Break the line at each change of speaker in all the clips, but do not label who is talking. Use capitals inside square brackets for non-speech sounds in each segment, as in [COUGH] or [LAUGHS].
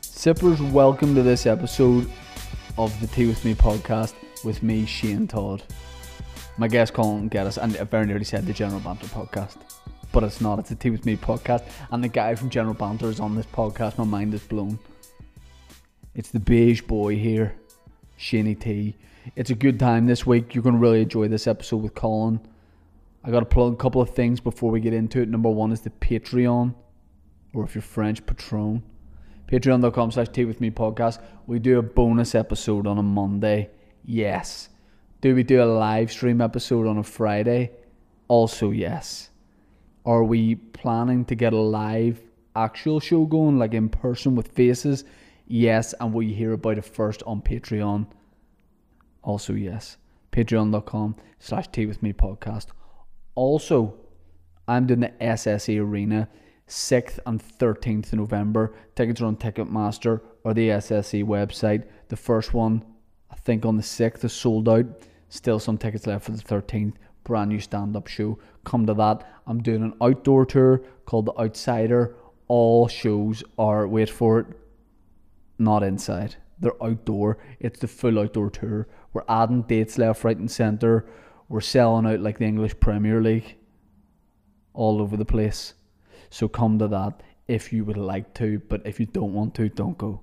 Sippers, welcome to this episode of the Tea With Me podcast with me, Shane Todd. My guest, Colin Geddes, and I very nearly said the General Banter podcast, but it's not. It's the Tea With Me podcast, and the guy from General Banter is on this podcast. My mind is blown. It's the beige boy here, Shaney T. It's a good time this week. You're going to really enjoy this episode with Colin. I got to plug a couple of things before we get into it. Number one is the Patreon, or if you're French, Patron. Patreon.com slash Tea With Me podcast. We do a bonus episode on a Monday. Yes. Do we do a live stream episode on a Friday? Also, yes. Are we planning to get a live actual show going, like in person with faces? Yes. And will you hear about it first on Patreon? Also, yes. Patreon.com slash Tea With Me podcast. Also, I'm doing the SSE Arena 6th and 13th of November. Tickets are on Ticketmaster or the SSE website. The first one, I think on the 6th, is sold out. Still some tickets left for the 13th. Brand new stand up show. Come to that. I'm doing an outdoor tour called The Outsider. All shows are, wait for it, not inside. They're outdoor. It's the full outdoor tour. We're adding dates left, right, and centre. We're selling out like the English Premier League all over the place. So come to that if you would like to, but if you don't want to, don't go.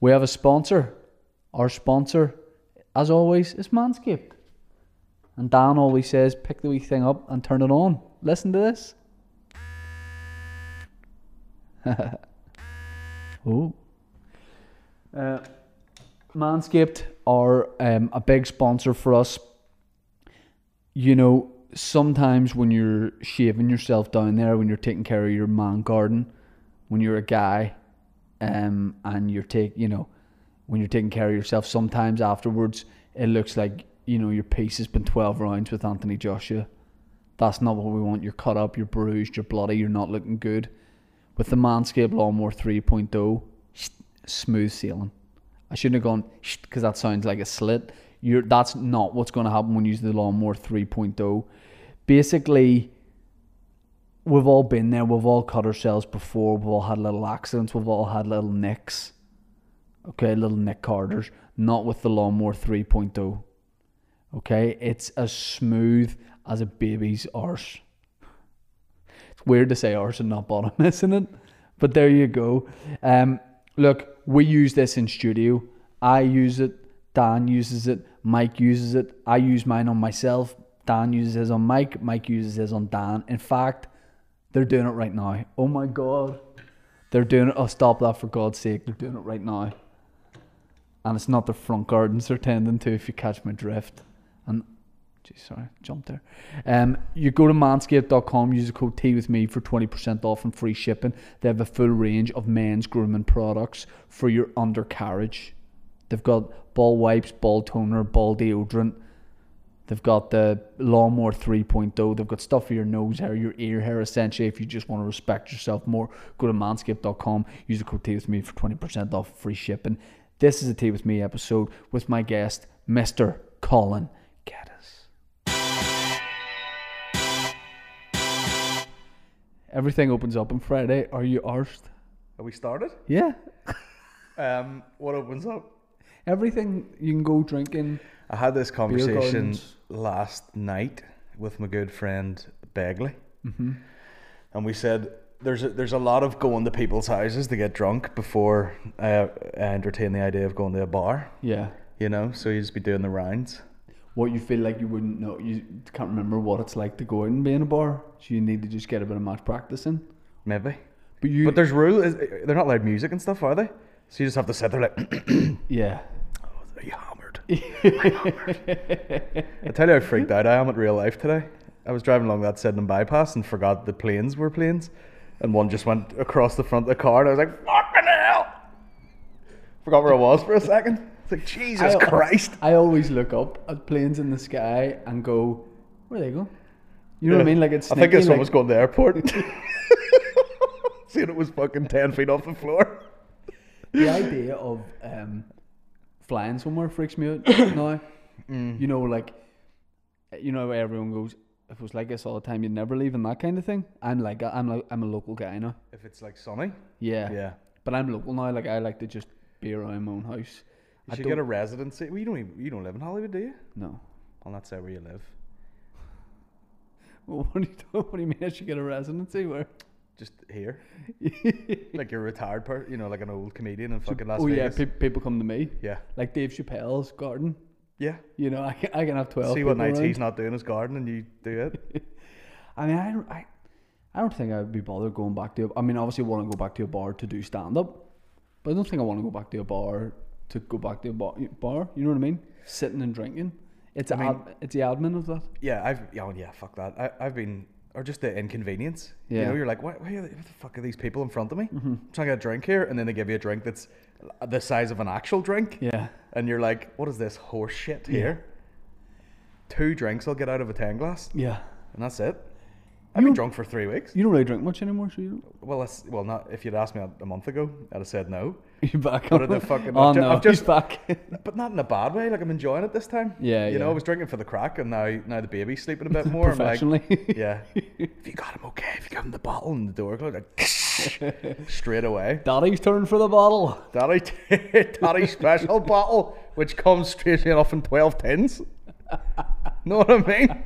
We have a sponsor. Our sponsor, as always, is Manscaped. And Dan always says, pick the wee thing up and turn it on. Listen to this. [LAUGHS] oh. Uh, Manscaped are um, a big sponsor for us. You know, sometimes when you're shaving yourself down there, when you're taking care of your man garden, when you're a guy, um, and you're take, you know, when you're taking care of yourself, sometimes afterwards it looks like you know your piece has been twelve rounds with Anthony Joshua. That's not what we want. You're cut up, you're bruised, you're bloody, you're not looking good. With the Manscaped Lawnmower 3.0, smooth sailing. I shouldn't have gone because that sounds like a slit. You're that's not what's going to happen when you use the lawnmower 3.0. Basically, we've all been there. We've all cut ourselves before. We've all had little accidents. We've all had little nicks. Okay, little nick carders. Not with the lawnmower oh. 3.0. Okay, it's as smooth as a baby's arse. It's weird to say arse and not bottom, [LAUGHS] isn't it? But there you go. Um, look, we use this in studio. I use it. Dan uses it. Mike uses it. I use mine on myself. Dan uses his on Mike. Mike uses his on Dan. In fact, they're doing it right now. Oh my God. They're doing it. Oh, stop that for God's sake. They're doing it right now. And it's not the front gardens they're tending to, if you catch my drift. And Jeez, sorry, jumped there. Um, you go to manscaped.com, use the code T with me for 20% off and free shipping. They have a full range of men's grooming products for your undercarriage. They've got ball wipes, ball toner, ball deodorant. They've got the Lawnmower 3.0. They've got stuff for your nose hair, your ear hair, essentially. If you just want to respect yourself more, go to manscaped.com, use the code Tea E with me for 20% off free shipping. This is a Tea with Me episode with my guest, Mr. Colin Geddes. Everything opens up on Friday. Are you arsed?
Are we started?
Yeah.
Um, what opens up?
Everything you can go drinking.
I had this conversation
gardens.
last night with my good friend Begley,
Mm-hmm.
and we said there's a, there's a lot of going to people's houses to get drunk before uh, I entertain the idea of going to a bar.
Yeah.
You know, so you just be doing the rounds.
what you feel like you wouldn't know. You can't remember what it's like to go out and be in a bar, so you need to just get a bit of match practice in.
Maybe.
But you,
But there's rule. is- They're not allowed music and stuff, are they? So you just have to sit there like, [CLEARS THROAT]
yeah, [LAUGHS]
are you hammered? I tell you how freaked out I am at real life today. I was driving along that Sydenham bypass and forgot the planes were planes, and one just went across the front of the car, and I was like, "Fucking hell!" Forgot where I was for a second. It's like Jesus
I-
Christ.
I always look up at planes in the sky and go, where they go? You know what I mean? Like it's.
I think
sneaky,
this
like,
one was going to the airport. [LAUGHS] Seeing it was fucking ten feet off the floor.
the idea of um, flying somewhere freaks me
[COUGHS]
out now.
Mm.
You know, like you know, everyone goes. If it was like this all the time, you'd never leave, and that kind of thing. I'm like, I'm like, I'm a local guy now.
If it's like sunny,
Yeah.
yeah,
But I'm local now. Like I like to just be around my own house.
You
I
should
don't-
get a residency. Well, you don't even, you don't live in Hollywood, do you?
No.
I'll not say where you live.
Well, [LAUGHS] what do you what do you mean? I should get a residency
[LAUGHS]
where?
Just here, like you're a retired person, you know, like an old comedian in fucking Las
oh yeah,
Vegas.
pe- people come to me.
yeah,
Like Dave Chappelle's garden.
yeah.
You know, [LAUGHS] I can, I can have twelve.
See what
people
nights
around.
he's not doing his garden, and you do it.
I mean, I, don't- I, I don't think I'd be bothered going back to. I mean, obviously, I want to go back to a bar to do stand up, but I don't think I want to go back to a bar to go back to a bar. bar you know what I mean? Sitting and drinking. It's ad, it's the admin of that.
Yeah, I've yeah, oh, yeah, fuck that. I, I've been or just the inconvenience. You
Yeah.
know, you're like, why, why are they, what the fuck are these people in front of me? I'm trying to get a drink here, and then they give you a drink that's the size of an actual drink.
Yeah.
And you're like, what is this horse shit here? Two drinks I'll get out of a ten glass,
Yeah.
and that's it. I've been drunk for three weeks.
You don't really drink much anymore, so you
Well, that's well, not if you'd asked me a month ago, I'd have said no.
don't. You back on
What are the
it?
fucking-
Oh
I've ju-
no,
I've
he's
just-
back.
But not in a bad way. Like I'm enjoying it this time.
Yeah,
You know,
yeah.
I was drinking for the crack, and now now the baby's sleeping [LAUGHS] a bit more. I'm like,
Professionally.
yeah. If you got him okay, if you give him the bottle and the door closed, like, [LAUGHS] straight away.
[LAUGHS] Daddy's turn for the bottle. [LAUGHS]
Daddy, [LAUGHS] daddy special bottle, which comes straight off in twelve tins. [LAUGHS] Know what I mean?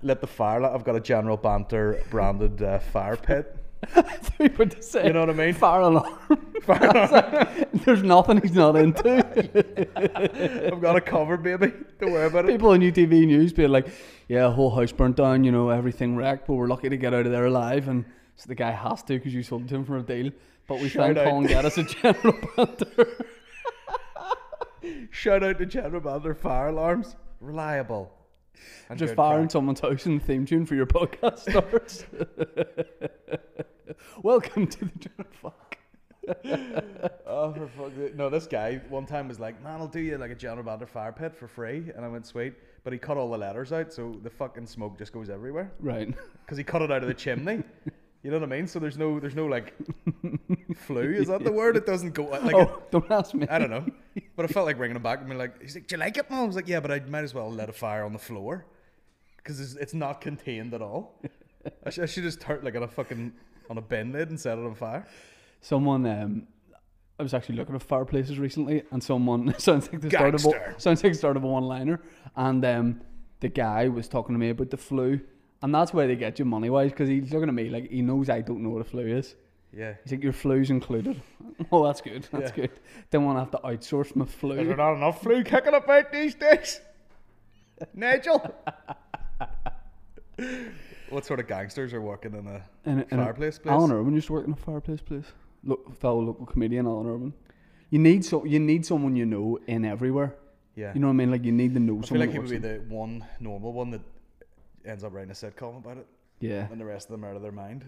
Let the fire. light- I've got a general banter branded uh, fire pit.
you were to say,
You know what I mean?
Fire
[LAUGHS]
alarm. [LAUGHS] There's nothing he's not into.
[LAUGHS] I've got a cover, baby. Don't worry about it.
People on UTV News being like, yeah, whole house burnt down, you know, everything wrecked, but we're lucky to get out of there alive. And so the guy has to because you sold it to him for a deal. But we
Shout
thank
out.
Colin Geddes at
[LAUGHS]
General Panther.
Shout out to General Banter fire alarms. Reliable. And
Just
good
firing someone's house and the theme tune for your podcast [LAUGHS] starts. Welcome to the General Fuck.
crack. Oh, for fuck's sake. No, this guy one time was like, man, I'll do you like a General Banter fire pit for free. And I went, sweet. But he cut all the letters out, so the fucking smoke just goes everywhere.
Right.
Because he cut it out of the chimney. You know what I mean? So there's no, there's no like, flu. Is that the word? It doesn't go out. Like, it-
Oh, don't ask me.
I don't know. But I felt like ringing him back and being like, he's like, do you like it, mom? I was like, yeah, but I might as well let a fire on the floor because it's, it's not contained at all. I, sh- I should just turn like on a fucking on a bin lid and set it on fire.
Someone, um, I was actually looking at fireplaces recently, and someone [LAUGHS] sounds like the start of a,
Gangster.
sounds like the start of a one-liner, and um, the guy was talking to me about the flu, and that's where they get you money-wise because he's looking at me like he knows I don't know what a flu is.
Yeah.
He's like, "Your flu's included." [LAUGHS] Oh, that's good. That's
Yeah.
good. Don't want to have to outsource my
Is there
flu.
not enough flu kicking about these days? [LAUGHS] Nigel. what sort of gangsters are working in a
And, and
fireplace place?
Alan Irwin used to work in a fireplace place. Look, fellow local comedian Alan Irwin. You need so you need someone you know in everywhere.
Yeah.
You know what I mean? Like you need to know
I feel
someone.
like he
that
would
works
be
in-
the one normal one that ends up writing a sitcom about it,
yeah.
and the rest of them are out of their mind.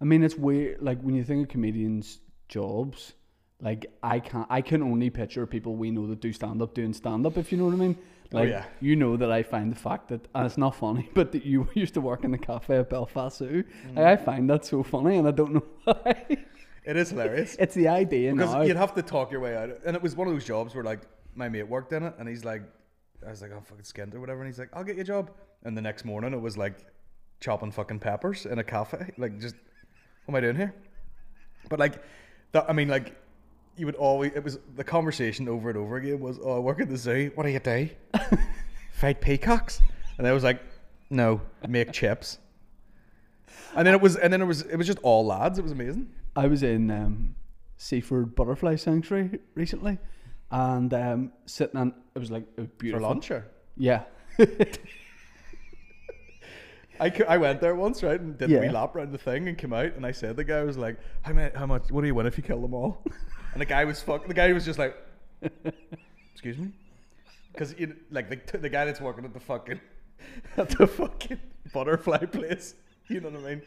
I mean, it's weird. Like when you think of comedians' jobs, like I can't, I can only picture people we know that do stand up doing stand up. If you know what I mean. Like
Oh, yeah.
you know that I find the fact that and it's not funny, [LAUGHS] but that you used to work in the cafe at Belfast Zoo.
Mm.
Like, I find that so funny, and I don't know [LAUGHS] why.
It is hilarious.
it's the idea
Because
now.
you'd have to talk your way out. And it was one of those jobs where like my mate worked in it and he's like I was like, I'm fucking skint or whatever, and he's like, I'll get you a job. And the next morning it was like chopping fucking peppers in a cafe. [LAUGHS] Like just what am I doing here? But like that I mean like you would always it was the conversation over and over again was, Oh, I work at the zoo, what do you do? Fight peacocks? And I was like, No, make chips. And then it was and then it was it was just all lads, it was amazing.
I was in um, Seaford Butterfly Sanctuary recently, and um, sitting on it was like it was
For
beautiful.
lunch or
Yeah. [LAUGHS]
I, cou- I went there once, right, and did a wee
Yeah.
lap around the thing and came out, and I said to the guy I was like, "How many? How much? What do you win if you kill them all?" And the guy was fuck. The guy was just like, "Excuse me," because you know, like the, the guy that's working at the fucking [LAUGHS] at the fucking butterfly place. [LAUGHS] You know what I mean?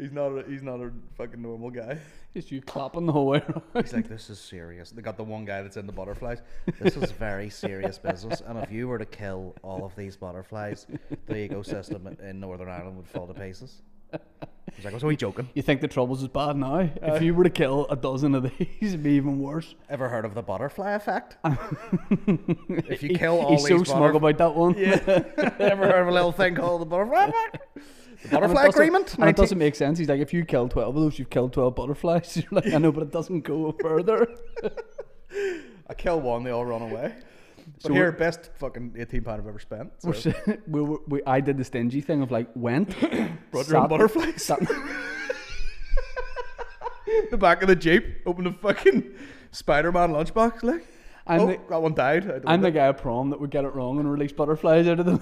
He's not. A, he's not a fucking normal guy.
Just you clapping the whole way around.
He's like, "This [LAUGHS] is serious." They got the one guy that's in the butterflies. This is
very serious business. And if you were to kill all of these butterflies, the ecosystem in Northern Ireland would fall to pieces. was
"Oh,
like, I was only joking.
You think the troubles is bad now?
Uh,
if you were to kill a dozen of [LAUGHS] these, it'd be even worse.
Ever heard of the butterfly effect?
If
[LAUGHS]
you
He-
kill all
he's
these
so
butterf-
smug about that one. Yeah,
[LAUGHS]
Ever heard of a little thing called the butterfly effect? The butterfly agreement?
And it doesn't make sense. He's like, if you kill twelve of those, you've killed twelve butterflies. [LAUGHS] You're like, I know, but it doesn't go [LAUGHS] further.
I kill one, they all run away. But
So
here,
we're-
best fucking eighteen pound I've ever spent. So.
We're s- [LAUGHS] we, were, we, I did the stingy thing of like went,
[COUGHS] Brought your own
sat-
butterflies.
sat-
[LAUGHS] the back of the jeep, open the fucking Spider-Man lunchbox. Like,
I'm
oh,
the-
that one died. I don't
I'm the guy at prom that would get it wrong and release butterflies out of
[LAUGHS]
them.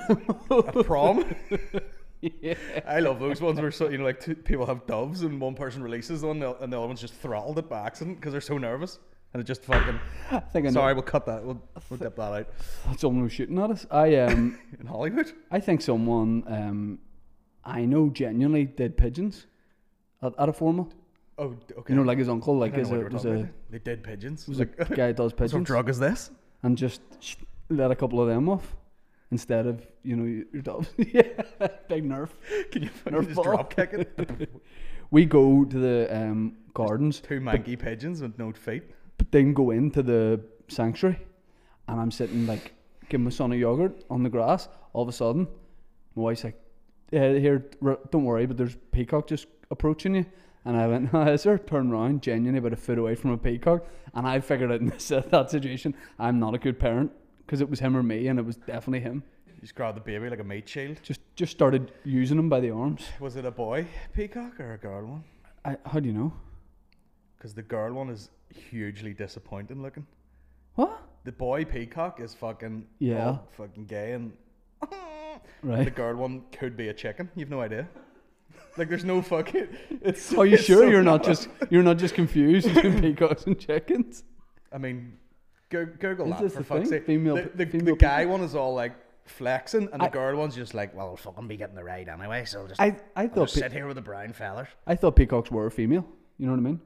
know. prom.
[LAUGHS] yeah.
I love those ones where so you know, like two people have doves and one person releases one and the- and the other one's just throttled it by accident because they're so nervous and it just fucking.
I think I know.
Sorry, we'll cut that. We'll, we'll dip that out
Someone was shooting at us. I um,
in Hollywood.
I think someone um, I know genuinely did pigeons at, at a formal.
Oh, d- okay.
You know, like his uncle, like
I don't
is
know
a,
what you were
was
talking
a
about. They did pigeons.
was
[LAUGHS] like,
a guy that does
what sort of
pigeons
drug is this? [LAUGHS]
and just sh- let a couple of them off instead of you know your dogs. [LAUGHS] yeah, big nerf.
Can you fucking
Nerf
just
ball.
drop kick
[LAUGHS]
it?
We go to the um, gardens,
Two manky pigeons with no feet.
but then go into the sanctuary, and I'm sitting like giving my son a yogurt on the grass. All of a sudden, my wife's like, "Yeah, here, r- don't worry, but there's a peacock just approaching you." And I went, [LAUGHS] "Is there?" Turn around, genuinely about a foot away from a peacock, and I figured out in [LAUGHS] this, uh, that situation, I'm not a good parent because it was him or me, and it was definitely him.
You just grab the baby like a meat shield.
Just just started using him by the arms.
Was it a boy peacock or a girl one?
I, how do you know?
Because the girl one is hugely disappointing looking.
What?
The boy peacock is fucking
Yeah.
all fucking gay and [LAUGHS] the
[LAUGHS] Right.
girl one could be a chicken. You've no idea. Like there's no fucking. It's.
[LAUGHS] Are you
it's
sure
so
you're not just you're not just [LAUGHS] confused between peacocks and chickens?
I mean, go, Google
Is
that
this
for
the
fuck's
thing?
sake.
Female
the,
pe-
the, the
female
guy one is all like flexing, and the
I-
girl one's just like,
Well, I'll fucking be getting the ride anyway, so I'll just,
I I
I'll
thought
just
pe-
sit here with the brown fellers.
I thought peacocks were female. You know what I mean?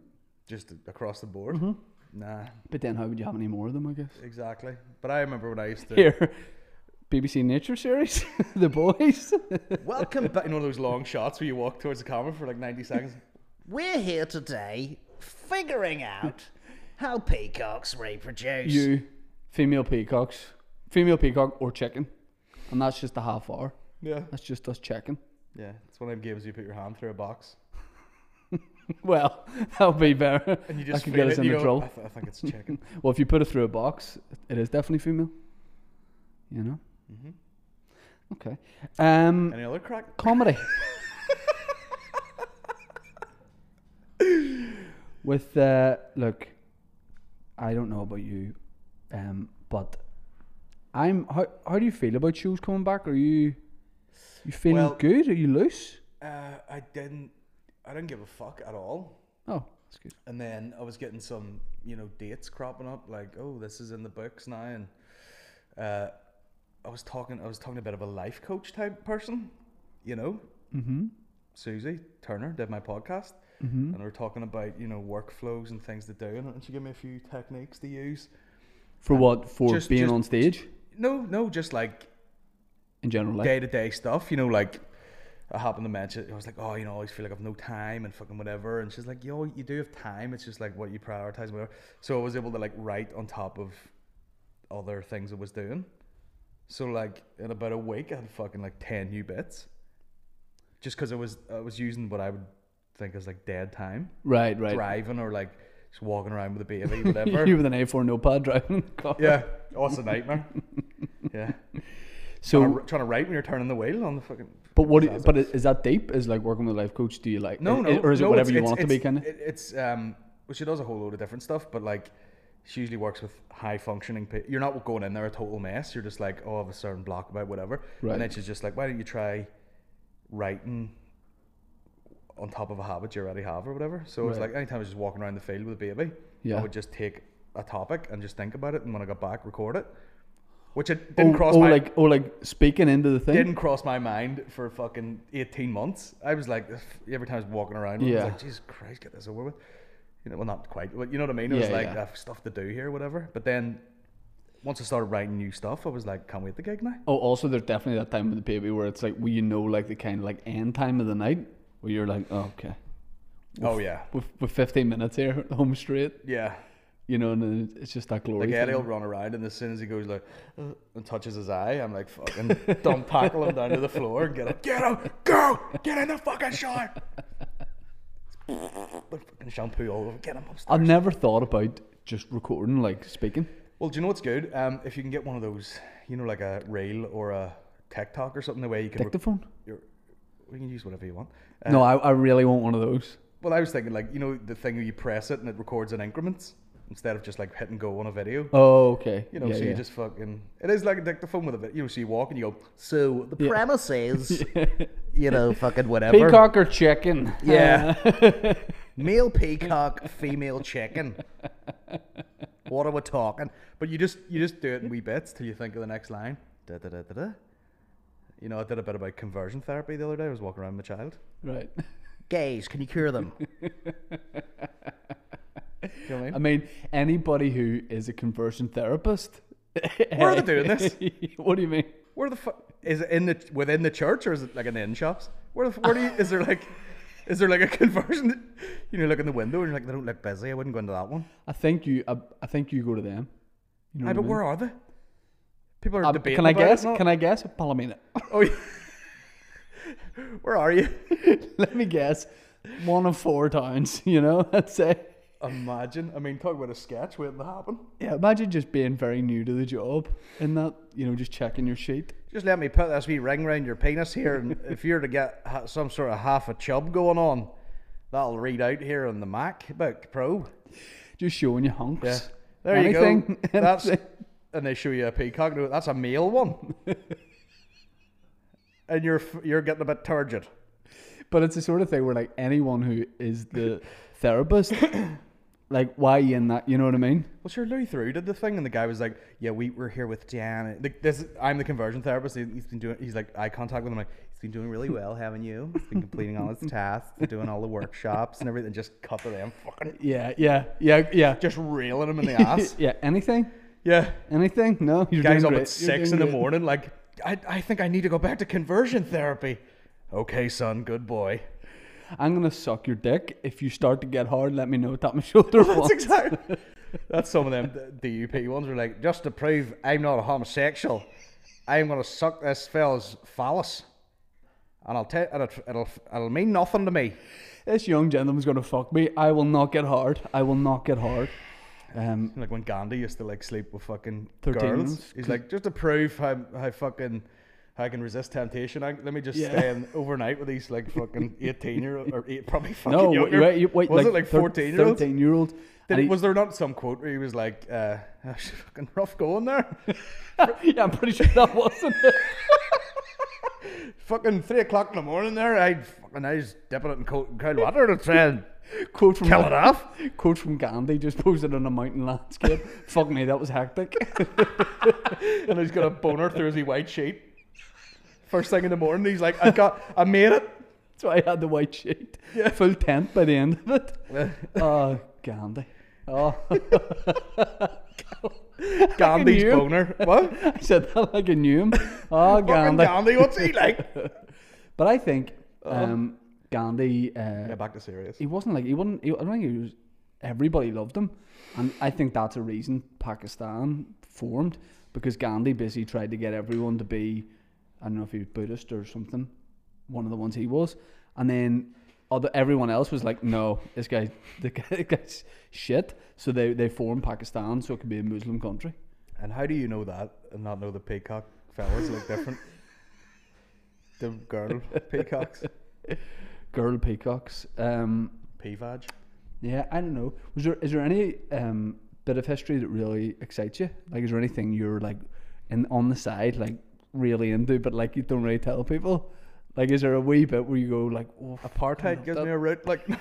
just across the board.
Mm-hmm.
Nah,
But then how would you have any more of them? I guess.
exactly. But I remember when I used to.
Here, BBC Nature series, [LAUGHS] the boys.
[LAUGHS] Welcome back. You know those long shots where you walk towards the camera for like
[LAUGHS]
90 seconds?
We're here today figuring [LAUGHS] out how peacocks reproduce.
you, female peacocks, female peacock or chicken, and that's just a half hour.
Yeah.
That's just us checking. [LAUGHS]
Yeah. It's one of them games you put your hand through a box.
Well, [LAUGHS] that'll be better.
And you
That
just
could
feel
get us
it, you
into
go,
trouble.
I, th- I think it's chicken.
[LAUGHS] Well, if you put it through a box, it is definitely female. You know.
Mm-hmm.
Okay. Um,
Any other crack?
comedy. With uh, look, I don't know about you, um, but I'm. How how do you feel about shows coming back? Are you you feeling
Well-
good? Are you loose?
Uh, I didn't. I didn't give a fuck at all.
Oh, that's good.
And then I was getting some, you know, dates cropping up, like, oh, this is in the books now, and uh, I was talking, I was talking a bit of a life coach type person, you know,
Mm-hmm.
Susie Turner did my podcast, and we were talking about, you know, workflows and things to do, and and she gave me a few techniques to use.
For what? For
Uh, just-
being
just-
on stage
No, no, just like
in general. Like,
day to day stuff, you know, like I happened to mention, I was like, oh, you know, I always feel like I've no time and fucking whatever. And she's like, yo, you do have time. It's just like what you prioritize, and whatever. So I was able to like write on top of other things I was doing. So like in about a week, I had fucking like ten new bits, just because I was I was using what I would think is like dead time,
right, right.
driving or like just walking around with
[LAUGHS]
a baby, whatever.
you with an A4 notepad driving [LAUGHS] in the car.
yeah, oh, it's
[LAUGHS]
a nightmare. Yeah,
So,
trying, to, trying to write when you're turning the wheel on the fucking
but what? do- But is that deep? Is like working with a life coach? Do you like?
No,
is-
no,
or is it
no,
whatever
it's-
you
it's-
want it to be?
it's-
Kind of.
it- It's um, well, she does a whole load of different stuff, but like, she usually works with high functioning. pe You're not going in there a total mess. You're just like, oh, I have a certain block about whatever,
Right.
and then she's just like, why don't you try writing on top of a habit you already have or whatever. So it's
Right.
like anytime I was just walking around the field with a baby,
Yeah.
I would just take a topic and just think about it, and when I got back, record it. Which it didn't cross my
like oh like speaking into the thing.
didn't cross my mind for fucking 18 months. I was like, if- every time I was walking around, I
Yeah.
was like, Jesus Christ, get this over with. You know, well, not quite, but you know what I mean? It was
Yeah,
like,
yeah.
I've stuff to do here, whatever. But then once I started writing new stuff, I was like, can't wait the gig now.
Oh, also there's definitely that time with the baby where it's like well you know like the kind of like end time of the night where you're like, oh, okay,
Oh yeah,
with with 15 minutes here, [LAUGHS] home straight,
yeah.
you know, and then it's just that glory.
Like
thing.
Eddie will run around, and as soon as he goes like "Uh," and touches his eye, I'm like, fucking dumb tackle him down to the floor and get up, get him, go, get in the
[LAUGHS]
fucking shower. Put fucking shampoo all over, get him upstairs.
I've never thought about just recording, like speaking.
Well, do you know what's good? Um, if you can get one of those, you know, like a rail or a TikTok or something, the way you can. Rec-
Dictaphone?
your- we can use whatever you want. Uh,
No, I, I really want one of those.
Well, I was thinking like you know the thing where you press it and it records in increments instead of just like hit and go on a video.
Oh, okay.
You know,
Yeah,
so
yeah.
you just fucking. It is like a dictaphone with a bit. You know, so you walk and you go.
So the
Yeah.
premise [LAUGHS] is,
[LAUGHS]
you know, fucking
[LAUGHS]
whatever.
peacock or chicken.
Yeah. Male peacock, female chicken. What are we talking?
But you just you just do it in wee bits till you think of the next line. Da, da, da, da, da. You know, I did a bit about conversion therapy the other day. I was walking around with my child.
[LAUGHS] Right.
Gays, can you cure [LAUGHS] them?
Do you know what I
I
mean?
mean, anybody who is a conversion therapist. [LAUGHS]
Where are they doing this?
what do you mean?
Where the fuck is it in the within the church or is it like in the inn shops? Where the f- where do you, is there like is there like a [LAUGHS] conversion? You know, look in the window and you're like, they don't look busy. I wouldn't go into that one.
I think you. I, I think you go to them. You know what I
Aye, but
mean?
where are they? People are
Uh,
debating.
can I
about it
guess?
and all.
Can I guess?
[LAUGHS]
Palomino.
Oh, yeah. where are you?
[LAUGHS] Let me guess. One of four towns. [LAUGHS] You know, I'd say.
Imagine. I mean, talk about a sketch waiting to happen.
Yeah, imagine just being very new to the job and that, you know, just checking your sheet.
Just let me put this wee ring round your penis here, [LAUGHS] and if you're to get ha- some sort of half a chub going on, that'll read out here on the MacBook Pro.
Just showing you hunks.
There
Anything, [LAUGHS]
you go. [LAUGHS] That's
anything.
and they show you a peacock. No, that's a male [LAUGHS] one. and you're f- you're getting a bit turgid.
But it's the sort of thing where like anyone who is
[COUGHS]
the therapist, like why you in that? You know what I mean?
Well, sure, Louis Theroux did the thing, and the guy was like, "Yeah, we we're here with Dan." Like, this, I'm the conversion therapist. He, he's been doing. He's like eye contact with him. Like, he's been doing
[LAUGHS]
really well, haven't you? He's been completing all his tasks, and doing all the workshops and everything. Just cut to them, fucking
[LAUGHS] Yeah, yeah, yeah, yeah.
just railing him in the ass.
[LAUGHS] yeah. Anything?
yeah,
Anything? No. You're
guys
doing
up
great.
at
You're
six
doing
in the
great.
morning. Like, I I think I need to go back to conversion therapy. Okay, son, good boy.
I'm gonna suck your dick. If you start to get hard, let me know. Tap my [LAUGHS] shoulder
That's
once.
exactly. [LAUGHS] That's some of them D- DUP ones are like, just to prove I'm not a homosexual, I'm gonna suck this fella's phallus, and I'll tell and it'll, it'll it'll mean nothing to me.
This young gentleman's gonna fuck me. I will not get hard. I will not get hard. Um,
Like when Gandhi used to like sleep with fucking
13
girls.
months.
He's like, just to prove how how fucking how I can resist temptation. I, let me just
Yeah.
stay in overnight with these like
[LAUGHS]
fucking eighteen year old or eight, probably fucking
no, wait,
younger.
wait, wait,
was it like
thir-
fourteen year old?
Thirteen year old.
Did, was there not some quote where he was like, uh, [LAUGHS] "Fucking rough going there."
[LAUGHS] yeah, I'm pretty sure that wasn't it.
fucking three o'clock in the morning there, I fucking I was dipping it in cold, cold water to try and [LAUGHS]
Quote from
kill it off.
Quote from Gandhi just posted on a mountain
[LAUGHS]
landscape. Fuck me, that was hectic.
And he's got a boner through his wee white sheet. First thing in the morning, he's like, I got, I made [LAUGHS] it.
so I had the white sheet, full tent by the end of
[LAUGHS]
it. oh, Gandhi. [LAUGHS] Oh,
Gandhi's
you.
boner. [LAUGHS] What?
[LAUGHS] I said that like I knew
[LAUGHS]
him. Oh,
Fucking
Gandhi.
Gandhi, what's he like? [LAUGHS]
But I think um, Gandhi. Uh,
Yeah, back to serious.
he wasn't like he wasn't. He, I don't think he was. Everybody loved him, and I think that's a reason Pakistan formed because Gandhi basically tried to get everyone to be. I don't know if he was Buddhist or something, one of the ones he was, and then other everyone else was like, no, this guy, [LAUGHS] the guy, this guy's shit. So they they formed Pakistan so it could be a Muslim country.
And how do you know that and not know the peacock fellas look [LAUGHS] different? the girl peacocks,
Girl peacocks. Um,
peavage.
Yeah, I don't know. Was there is there any um, bit of history that really excites you? Like, is there anything you're like in on the side, like really into, but like you don't really tell people? Like, is there a wee bit where you go like, oh,
Apartheid gives me a root. Like, [LAUGHS]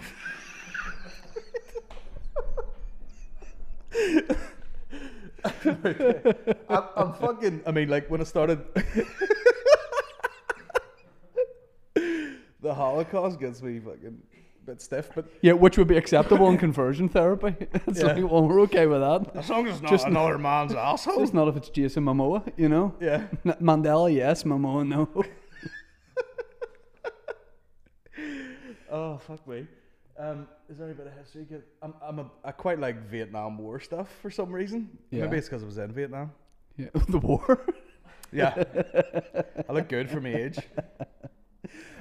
I'm, I'm fucking. I mean, like when I started, the Holocaust gets me fucking a bit stiff. But
yeah, which would be acceptable in
[LAUGHS]
conversion therapy? [LAUGHS] It's
Yeah.
like, well, we're okay with that.
as long as it's not
Just-
another [LAUGHS] man's asshole.
It's not if it's Jason Momoa, you know.
yeah.
N-
[LAUGHS]
Mandela, yes. Momoa, no.
Oh, fuck me. Um, is there any bit of history? 'Cause I'm, I'm a, I quite like Vietnam War stuff for some reason.
Yeah.
Maybe it's because I was in Vietnam.
Yeah, [LAUGHS] the war.
Yeah, I look good for my age.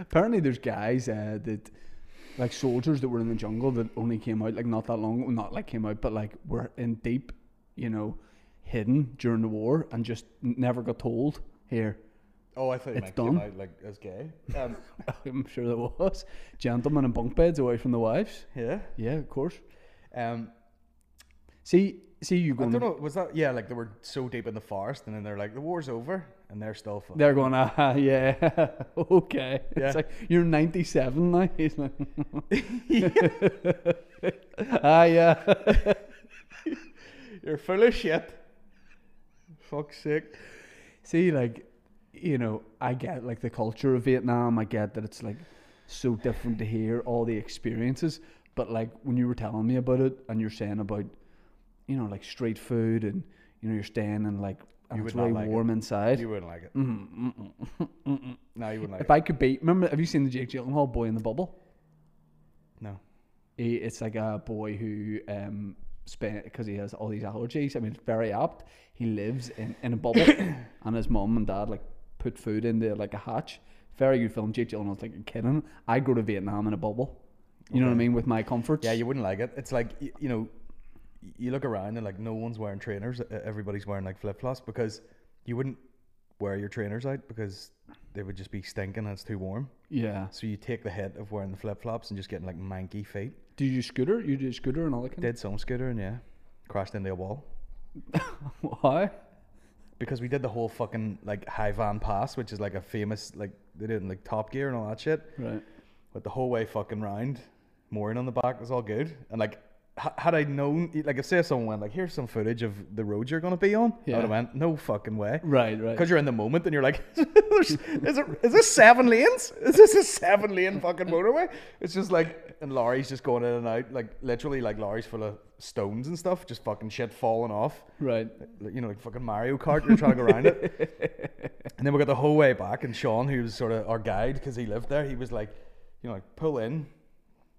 Apparently, there's guys uh, that, like soldiers that were in the jungle that only came out like not that long, well, not like came out, but like were in deep, you know, hidden during the war and just n- never got told. Here, [LAUGHS]
Oh, I thought you
It's
might
done.
came out like as gay. Um,
I'm sure there was gentlemen in bunk beds away from the wives.
yeah.
Yeah, of course.
Um,
See, see you
I
going.
don't know. Was that yeah? Like they were so deep in the forest, and then they're like, the war's over, and they're still. Fucking.
They're going, ah, yeah, [LAUGHS] okay.
Yeah.
It's like, you're 97 now. [LAUGHS] He's
[LAUGHS]
like, ah, yeah.
[LAUGHS] You're full of shit. Fuck's sake.
See, like, you know, I get like the culture of Vietnam. I get that it's like so different to hear all the experiences. But like when you were telling me about it, and you're saying about, you know, like street food, and you know, you're staying and like, and
You
it's
would not
really
like it.
warm inside.
You wouldn't like it. No, you wouldn't like
Mm-hmm, if I could be, remember, have you seen the Jake Gyllenhaal boy in the bubble?
it. No.
he, it's like a boy who um spent because he has all these allergies. I mean, it's very apt. He lives in, in a bubble, [COUGHS] and his mom and dad like put food into like a hatch. Very good film. Jake Gyllenhaal's like a kid in it. I go to Vietnam in a bubble. You know what I mean with my comforts.
Yeah, you wouldn't like it. It's like you, you know, you look around and like no one's wearing trainers. e- Everybody's wearing like flip flops because you wouldn't wear your trainers out because they would just be stinking and it's too warm.
yeah.
So you take the hit of wearing the flip flops and just getting like manky feet.
Do you scooter? You do scooter and all that kind.
Did some scooter and yeah, crashed into a wall
Of? [LAUGHS] Why?
because we did the whole fucking like high van pass, which is like a famous like they did in like Top Gear and all that shit.
Right.
But the whole way fucking round, mooring on the back was all good. And like, ha- had I known, like, if say someone went like, "Here's some footage of the road you're gonna be on,"
Yeah.
I would have went, "No fucking way,"
Right. Right.
because you're in the moment and you're like, [LAUGHS] "There's- "Is it- is this seven lanes? Is this a seven lane fucking motorway?" It's just like, and Laurie's just going in and out, like literally, like Laurie's full of stones and stuff, just fucking shit falling off.
[LAUGHS]
[LAUGHS]
Right.
Like, you know, like fucking Mario Kart, you're trying to go around it. And then we got the whole way back, and Sean, who was sort of our guide because he lived there, he was like, you know, like pull in,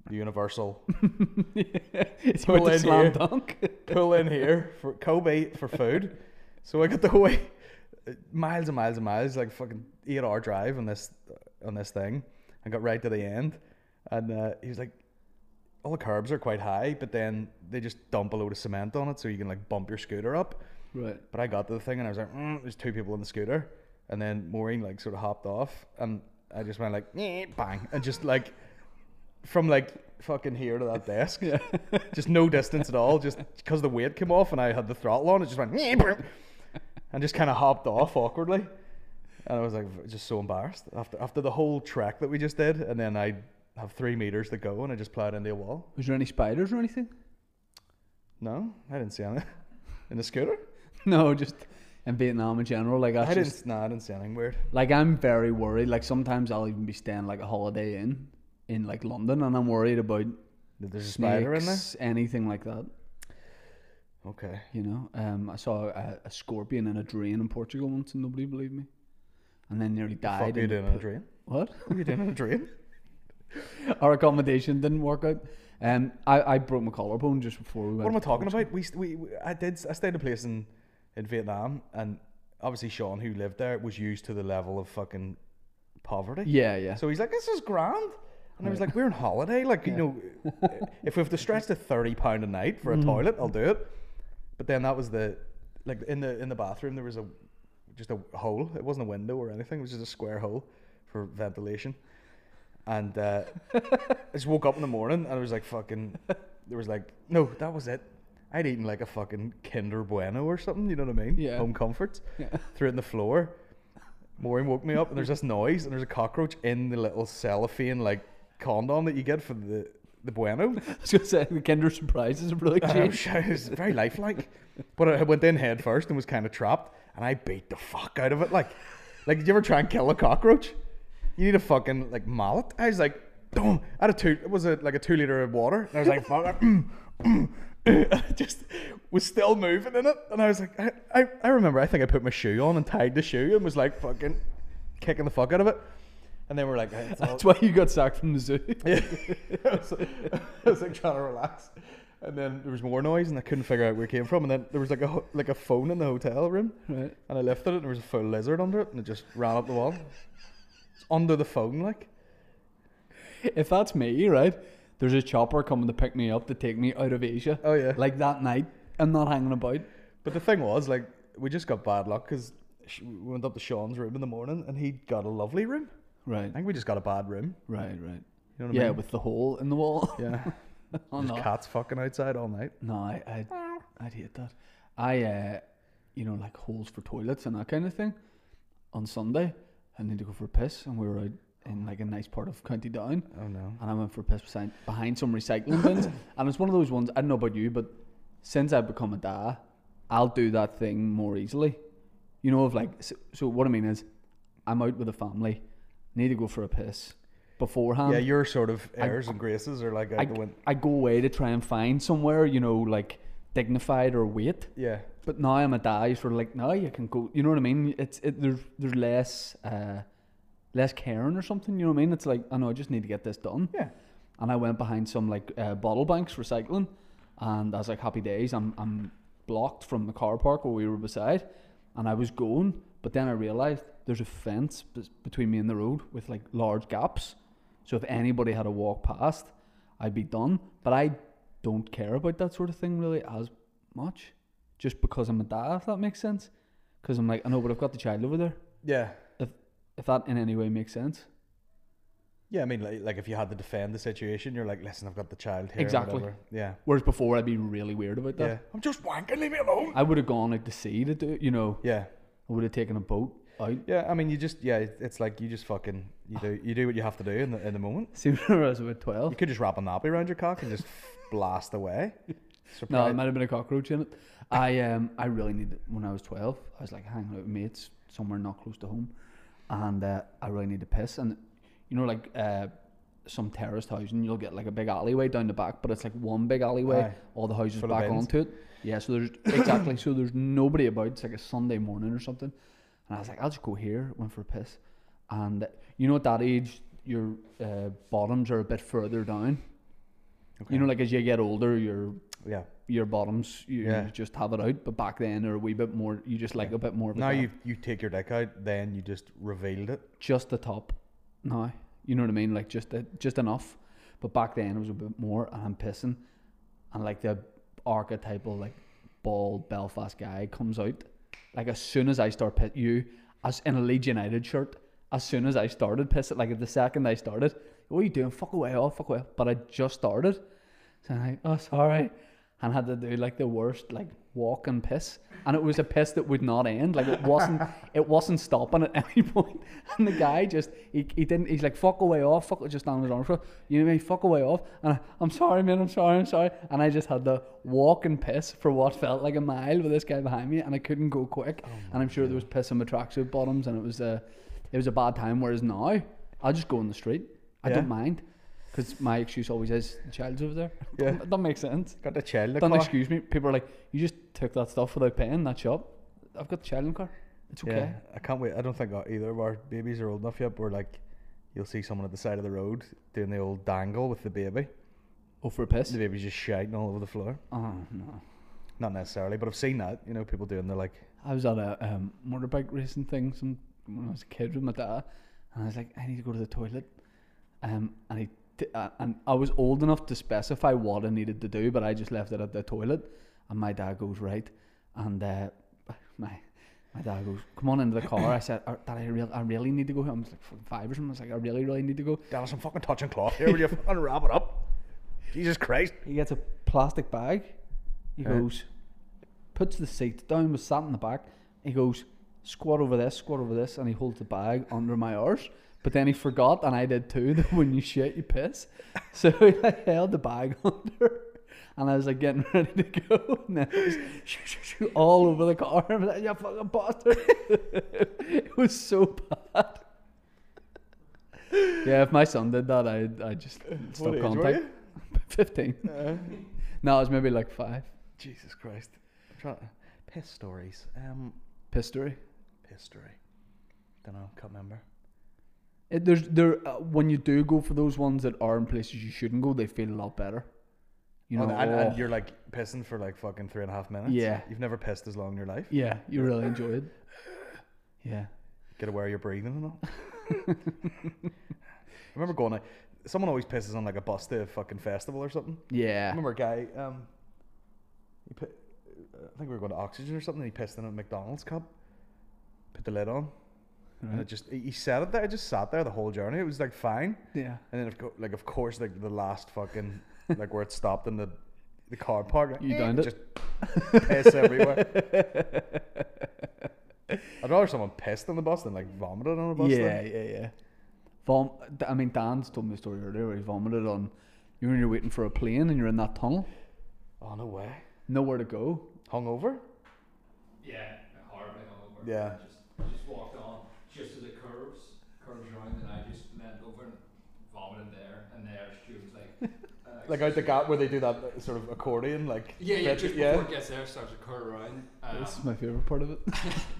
the universal,
It's
Pull
with the
in
slam
here.
dunk. [LAUGHS]
pull in here for Kobe for food. So I got the whole way, miles and miles and miles, like fucking eight hour drive on this on this thing, and got right to the end, and uh, he was like. All the curbs are quite high, but then they just dump a load of cement on it so you can like bump your scooter up.
right.
But I got to the thing and I was like, mm, there's two people on the scooter. And then Maureen like sort of hopped off and I just went like,
Eh,
"Nyeh," bang. And just like, from like fucking here to that desk, [LAUGHS] just no distance at all, just because the weight came off and I had the throttle on, it just went, [LAUGHS]
Eh,
"Nyeh," boom, and just kind of hopped off awkwardly. And I was like, just so embarrassed after, after the whole track that we just did. And then I have three meters to go and I just plowed into a wall.
Was there any spiders or anything? [LAUGHS]
No, I didn't see anything. [LAUGHS] In the scooter?
No, just in Vietnam in general. Like that's
I
just
didn't, nah, I didn't see anything weird.
Like I'm very worried. Like sometimes I'll even be staying like a holiday inn in like London, and I'm worried about
That There's a spider in there?
snakes, anything like that.
Okay.
You know, um, I saw a, a scorpion in a drain in Portugal once, and nobody believed me. And then nearly died.
Fuck you
and
doing
put-
in a drain.
What? [LAUGHS]
What are you doing in a drain?
Our accommodation didn't work out. Um, I, I broke my collarbone just before we went.
What am I talking about? We, st- we, we I did I stayed at a place in, in Vietnam and obviously Sean who lived there was used to the level of fucking poverty.
Yeah, yeah. [LAUGHS]
So he's like, This is grand and I was like, We're on holiday, like you know if we have to stretch to thirty pound a night for a
Mm-hmm.
toilet, I'll do it. But then that was the like in the in the bathroom there was a just a hole. It wasn't a window or anything, it was just a square hole for ventilation. And uh, I just woke up in the morning and I was like, fucking, there was like, no, that was it. I'd eaten like a fucking Kinder Bueno or something, you know what I mean?
Yeah.
Home comforts. Threw it in the floor. Maureen woke me up and there's this noise and there's a cockroach in the little cellophane like condom that you get for the, the Bueno.
I was gonna say the Kinder Surprises are
[LAUGHS]
really
And I was
changed.
shy- it was very lifelike. But I went in head first and was kind of trapped, and I beat the fuck out of it. Like, like did you ever try and kill a cockroach? You need a fucking like mallet. I was like, boom. I had a two. It was a, like a two liter of water, and I was like, fuck. [CLEARS THROAT] it, mm, mm, mm. I just was still moving in it, and I was like, I, I, I remember. I think I put my shoe on and tied the shoe and was like, fucking kicking the fuck out of it. And then we're like, "Hey, it's all-
That's why you got sacked from the zoo. [LAUGHS]
Yeah. [LAUGHS] I, was, I was like [LAUGHS] trying to relax. And then there was more noise, and I couldn't figure out where it came from. And then there was like a ho- like a phone in the hotel room,
Right.
and I lifted it, and there was a full lizard under it, and it just ran up the wall. It's under the phone, like
[LAUGHS] If that's me, right? There's a chopper coming to pick me up to take me out of Asia.
oh yeah.
Like that night, I'm not hanging about.
But the thing was, like, we just got bad luck because we went up to Sean's room in the morning, and he got a lovely room.
Right,
I think we just got a bad room.
right, right.
You know what I
yeah,
mean?
with the hole in the wall.
yeah.
[LAUGHS] oh,
There's
no.
cats fucking outside all night.
No, I, I'd, I'd hate that. I, uh, you know, like holes for toilets and that kind of thing. On Sunday, I need to go for a piss, and we were out in like a nice part of County Down,
Oh no.
and I went for a piss behind, behind some recycling
[COUGHS]
bins. and it's one of those ones. I don't know about you, but since I've become a dad, I'll do that thing more easily. You know, of like, so, so what I mean is, I'm out with a family, need to go for a piss beforehand.
Yeah, your sort of airs and graces are like out
Um, I,
the win-
I go away to try and find somewhere, you know, like dignified or wait.
Yeah.
But now I'm a dad, you're sort of like, now you can go. You know what I mean? It's it, there's there's less uh, less caring or something. You know what I mean? It's like, I know I just need to get this done.
Yeah.
And I went behind some like uh, bottle banks recycling, and I was like, happy days. I'm I'm blocked from the car park where we were beside, and I was going, but then I realised there's a fence b- between me and the road with like large gaps, so if anybody had to walk past, I'd be done. But I don't care about that sort of thing really as much, just because I'm a dad. If that makes sense, because I'm like, I know, but I've got the child over there.
Yeah.
If if that in any way makes sense.
Yeah, I mean, like, like if you had to defend the situation, you're like, listen, I've got the child here. or
Exactly.
whatever." Yeah.
Whereas before, I'd be really weird about that.
Yeah. I'm just wanking, leave me alone.
I would have gone out to sea to do it, you know.
Yeah.
I would have taken a boat out. [LAUGHS]
Yeah, I mean, you just, yeah, it- it's like you just fucking, you do you do what you have to do in the, in the moment.
See, when I was about 12.
You could just wrap a nappy around your cock and just [LAUGHS] blast away.
No,
Surprise.
it might have been a cockroach in it. I um, I really needed, when I was 12, I was like hanging out with mates somewhere not close to home. And uh, I really need to piss. And, you know, like uh, some terraced housing, you'll get like a big alleyway down the back, but it's like one big alleyway,
Aye.
all the houses
Full of
back
bins.
onto it. Yeah, so
[COUGHS]
there's, exactly. So there's nobody about. It's like a Sunday morning or something. And I was like, I'll just go here. Went for a piss. And you know, at that age, your uh, bottoms are a bit further down.
Okay.
You know, like as you get older, your
yeah.
your bottoms you, you
Yeah.
just have it out. But back then, they're a wee bit more. You just like a bit more. Of a
Now
gap.
you you take your dick out, then you just revealed it.
just the top. Now you know what I mean. Like just the, just enough. But back then it was a bit more, and I'm pissing, and like the archetypal like bald Belfast guy comes out. Like as soon as I start pit you, as in a Leeds United shirt. As soon as I started pissing, like the second I started, what are you doing? Fuck away, oh fuck away. But I just started, so I'm like, oh sorry, and had to do like the worst like walk and piss, and it was a piss that would not end. Like it wasn't, it wasn't stopping at [LAUGHS] any point. And the guy just he, he didn't. He's like fuck away off, fuck just down his arms. You know what I mean? Fuck away off. And I, I'm sorry, man. I'm sorry. I'm sorry. And I just had to walk and piss for what felt like a mile with this guy behind me, and I couldn't go quick. and I'm sure there was piss on my tracksuit bottoms, and it was a, it was a bad time. Whereas now, I'll just go in the street. I
Yeah.
don't mind. Because my excuse always is the child's over [LAUGHS] there.
Yeah.
that makes sense.
Got the child.
Don't
cock.
excuse me. People are like, you just took that stuff without paying that shop. I've got the child in the car. It's okay.
Yeah, I can't wait. I don't think uh, either of our babies are old enough yet. But we're like, you'll see someone at the side of the road doing the old dangle with the baby.
Oh, for a piss.
The baby's just shouting all over the floor.
Oh no.
Not necessarily, but I've seen that. You know, people doing the like.
I was at a um, motorbike racing thing some when I was a kid with my dad, and I was like, I need to go to the toilet. Um, and he t- uh, and I was old enough to specify what I needed to do, but I just left it at the toilet. And my dad goes right, and uh, my my dad goes, come on into the car. I said, "Dad, I really, I really need to go. I was like fucking five or something. I was like, I really, really need to go.
Dallas, I'm fucking touching cloth here. Will you fucking wrap it up? Jesus Christ!
He gets a plastic bag. He
Right.
goes, puts the seat down, was sat in the back. He goes, squat over this, squat over this, and he holds the bag under my arse. But then he forgot, and I did too, [LAUGHS] that when you shit, you piss. So [LAUGHS] he like, held the bag [LAUGHS] under, and I was like getting [LAUGHS] ready to go, and then it was shoo, shoo, shoo, all over the car. [LAUGHS] I was like, you fucking bastard. [LAUGHS] it was so bad. Yeah, if my son did that, I'd, I'd just stop
age were Uh.
contact. [LAUGHS] 15. No, it was maybe like five.
Jesus Christ! I'm trying to... Piss stories. Um,
Pistory.
piss story. Don't know. Can't remember.
It, there's there uh, when you do go for those ones that are in places you shouldn't go, they feel a lot better. You know,
and, and, and
oh,
you're like pissing for like fucking three and a half minutes.
Yeah.
You've never pissed as long in your life.
yeah, you really enjoy it. Yeah,
Get aware you're breathing
[LAUGHS]
and all. [LAUGHS] I remember going out. Someone always pisses on like a bus to a fucking festival or something. I
yeah.
remember a guy. Um, he put, uh, I think we were going to oxygen or something. And he pissed in a McDonald's cup, put the lid on, and it just he he sat it there. It just sat there the whole journey. It was like fine,
Yeah.
and then of co- like of course like the last
[LAUGHS]
fucking like where it stopped in the the car park. like,
You
eh,
downed it?
Just piss everywhere. I'd rather someone pissed on the bus than like vomited on a bus.
Yeah,
than-
yeah, yeah. Vom- I mean, Dan's told me a story earlier where he vomited on. You're you're waiting for a plane and you're in that tunnel,
Oh no way.
nowhere to go.
Hungover.
Yeah, a horribly hungover.
Yeah.
Just, just walked on just as it curves, curves around, and I just leaned over and vomited there, and there she was
[LAUGHS]
like, uh,
Like out the gap where they do that uh, sort of accordion, like
yeah, yeah,
bit-
just before it gets there, starts to curve around, um,
This is
[LAUGHS]
my favorite part of it.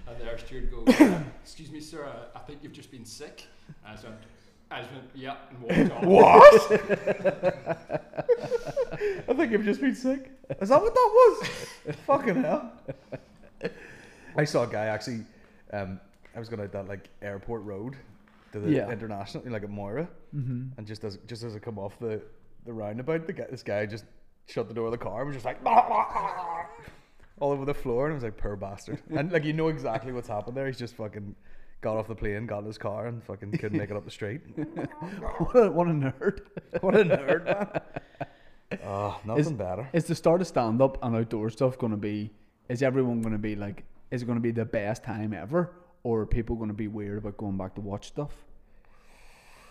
and there steward goes, uh, "Excuse me, sir, I, I think you've just been sick." And I just went, I just went, "Yeah,"
[LAUGHS]
and walked on.
What? I think I've just been sick. Is that what that was? Fucking hell. I saw a guy actually. Um, I was going out that like airport road to the
Yeah.
international, like at Moira, mm-hmm. and just as just as I come off the the roundabout, the guy, this guy just shut the door of the car and was just like [LAUGHS] all over the floor, and I was like, "Poor [LAUGHS] bastard!" And like you know exactly what's happened there. He's just fucking got off the plane, got in his car, and fucking couldn't make it up the street.
[LAUGHS]
[LAUGHS]
what, a, what a nerd!
What a nerd, man. [LAUGHS] Oh, nothing better.
Is the start of stand up and outdoor stuff going to be? Is everyone going to be like? Is it going to be the best time ever, or are people going to be weird about going back to watch stuff?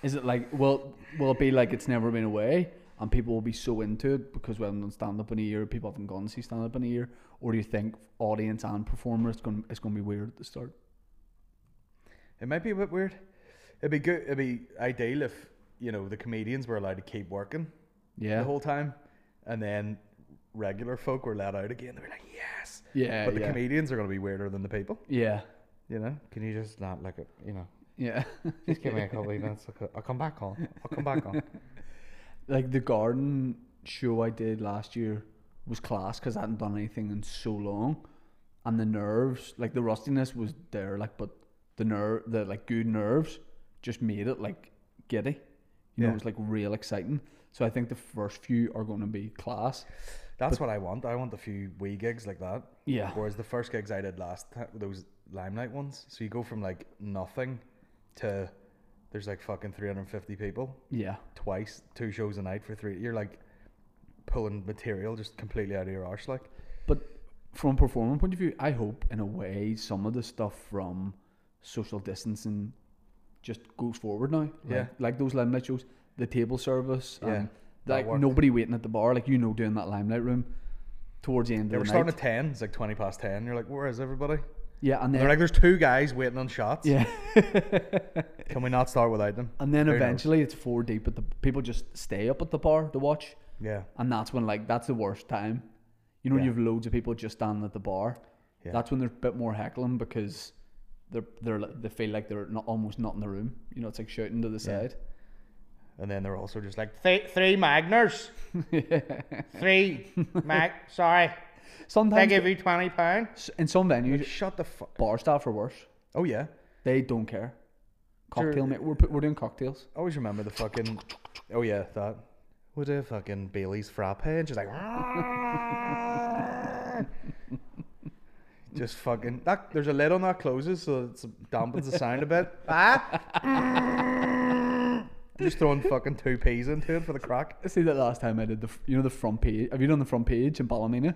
Is it like will will it be like it's never been away and people will be so into it because we haven't done stand up in a year, people haven't gone to see stand up in a year, or do you think audience and performer it's going it's going to be weird at the start?
It might be a bit weird. It'd be good. It'd be ideal if you know the comedians were allowed to keep working
Yeah,
the whole time, and then regular folk were let out again. They're like, yes.
yeah,
but the
yeah.
comedians are going to be weirder than the people.
yeah, [LAUGHS]
You know? Can you just not like it? You know?
yeah.
Just give me a couple of minutes. I'll co- I'll come back on. I'll come back on.
like the garden show I did last year was class because I hadn't done anything in so long, and the nerves, like the rustiness, was there. Like, but the nerve, the like good nerves, just made it like giddy. You know,
Yeah.
it was like real exciting. So I think the first few are going to be class.
[LAUGHS] That's what I want. I want a few wee gigs like that.
Yeah.
Whereas the first gigs I did last time, those limelight ones, so you go from like nothing to there's like fucking 350 people
Yeah,
twice, two shows a night for three. You're like pulling material just completely out of your arse. Like,
but from a performer point of view, I hope in a way some of the stuff from social distancing just goes forward now. Like,
Yeah.
like those limelight shows, the table service,
Yeah,
and
that
like
worked.
nobody waiting at the bar, like you know, doing that limelight room towards the end
they
of
were
the
starting
night.
at 10, it's like 20 past 10. You're like, where is everybody?
yeah, and
And they're
then
like, there's two guys waiting on shots. [LAUGHS]
yeah,
Can we not start without them?
and then
Who knows?
eventually it's four deep, but the people just stay up at the bar to watch,
Yeah.
and that's when like that's the worst time. You know,
Yeah.
you've loads of people just standing at the bar.
Yeah.
That's when there's a bit more heckling because they're they're like- they feel like they're not almost not in the room. You know, it's like shouting to the side.
And then they're also just like,
Three, three [LAUGHS] Magners. three Mag. Sorry. They
Sometimes
give you twenty pound.
s- in some venues,
shut the fuck
bar staff are worse.
Oh, yeah.
They don't care.
Sure.
Cocktail mate, we're pu- we're doing cocktails.
I always remember the fucking. Oh yeah, that. With a fucking Bailey's frappe, and she's like, [LAUGHS] just fucking. That there's a lid on that closes, so it dampens the sound a bit. [LAUGHS] Ah. I'm just throwing fucking two peas into it for the crack.
I see that last time I did the f- you know the front page. Have you done the front page in Ballymena?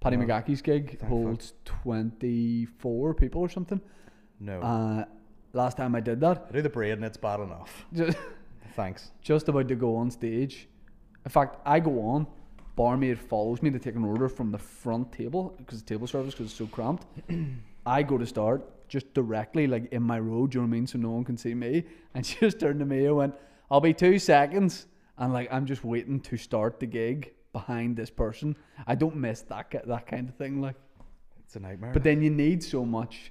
Paddy McGackey's gig holds twenty four people or something.
No,
Uh, last time I did that, [LAUGHS]
I do the braid, and it's bad enough.
just,
Thanks.
just about to go on stage. In fact, I go on. Barmaid follows me to take an order from the front table because the table service because it's so cramped. [CLEARS THROAT] I go to start just directly like in my row. Do you know what I mean? So no one can see me. [LAUGHS] And she just turned to me and went, "I'll be two seconds." And like I'm just waiting to start the gig behind this person. I don't miss that ki- that kind of thing. Like,
It's a nightmare.
but then you need so much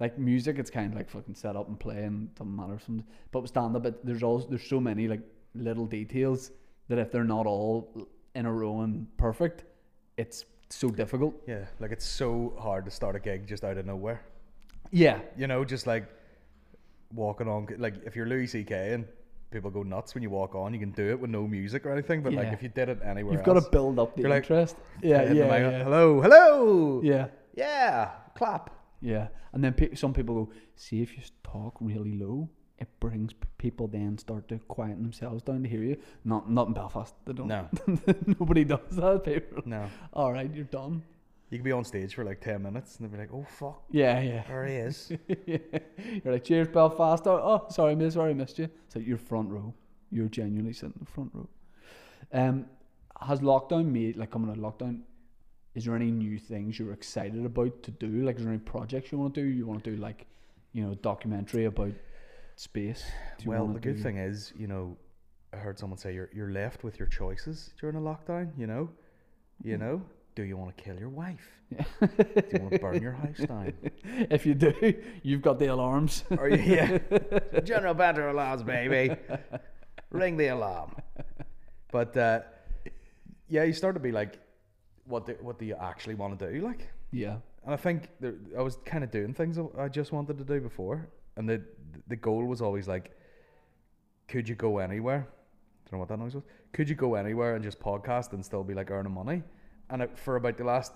Like music, it's kind of like fucking set up and play and doesn't matter. Some, but with stand up, there's also there's so many like little details that if they're not all in a row and perfect, it's so difficult.
Yeah, like it's so hard to start a gig just out of nowhere.
Yeah,
You know, just like walking on. Like if you're Louis C.K. and people go nuts when you walk on, you can do it with no music or anything. But
Yeah.
like if you did it anywhere,
you've got
else,
to build up the
You're like,
interest. yeah,
hit the
yeah,
mic,
yeah,
Hello, hello.
yeah,
Yeah, clap.
yeah. And then pe- some people go, see if you s- talk really low, it brings p- people then start to quieten themselves down to hear you. Not not in Belfast, they don't.
No.
[LAUGHS] nobody does that. People,
No,
all right, you're done.
you could be on stage for like ten minutes and they'd be like, "Oh fuck,
Yeah, yeah. [LAUGHS]
there he is."
You're like, cheers, Belfast. Oh, oh, sorry, miss. Sorry, missed you. So you're front row. You're genuinely sitting in the front row. Um, has lockdown made like coming out of lockdown? Is there any new things you're excited about to do? Like, is there any projects you want to do? You want to do like, you know, a documentary about space? Do you
well,
wanna
the good
do-
thing is, you know, I heard someone say you're you're left with your choices during a lockdown. You know,
Hmm.
you know, do you want to kill your wife? do you want to burn your house down?
[LAUGHS] if you do, [LAUGHS] you've got the alarms. [LAUGHS]
Or [LAUGHS] yeah,
General Banter allows, baby.
ring the alarm. But uh, yeah, you start to be like, what do, what do you actually want to do? Like,
yeah,
and I think there, I was kind of doing things I- I just wanted to do before, and the the goal was always like, could you go anywhere? Don't know what that noise was. Could you go anywhere and just podcast and still be like earning money? And it, for about the last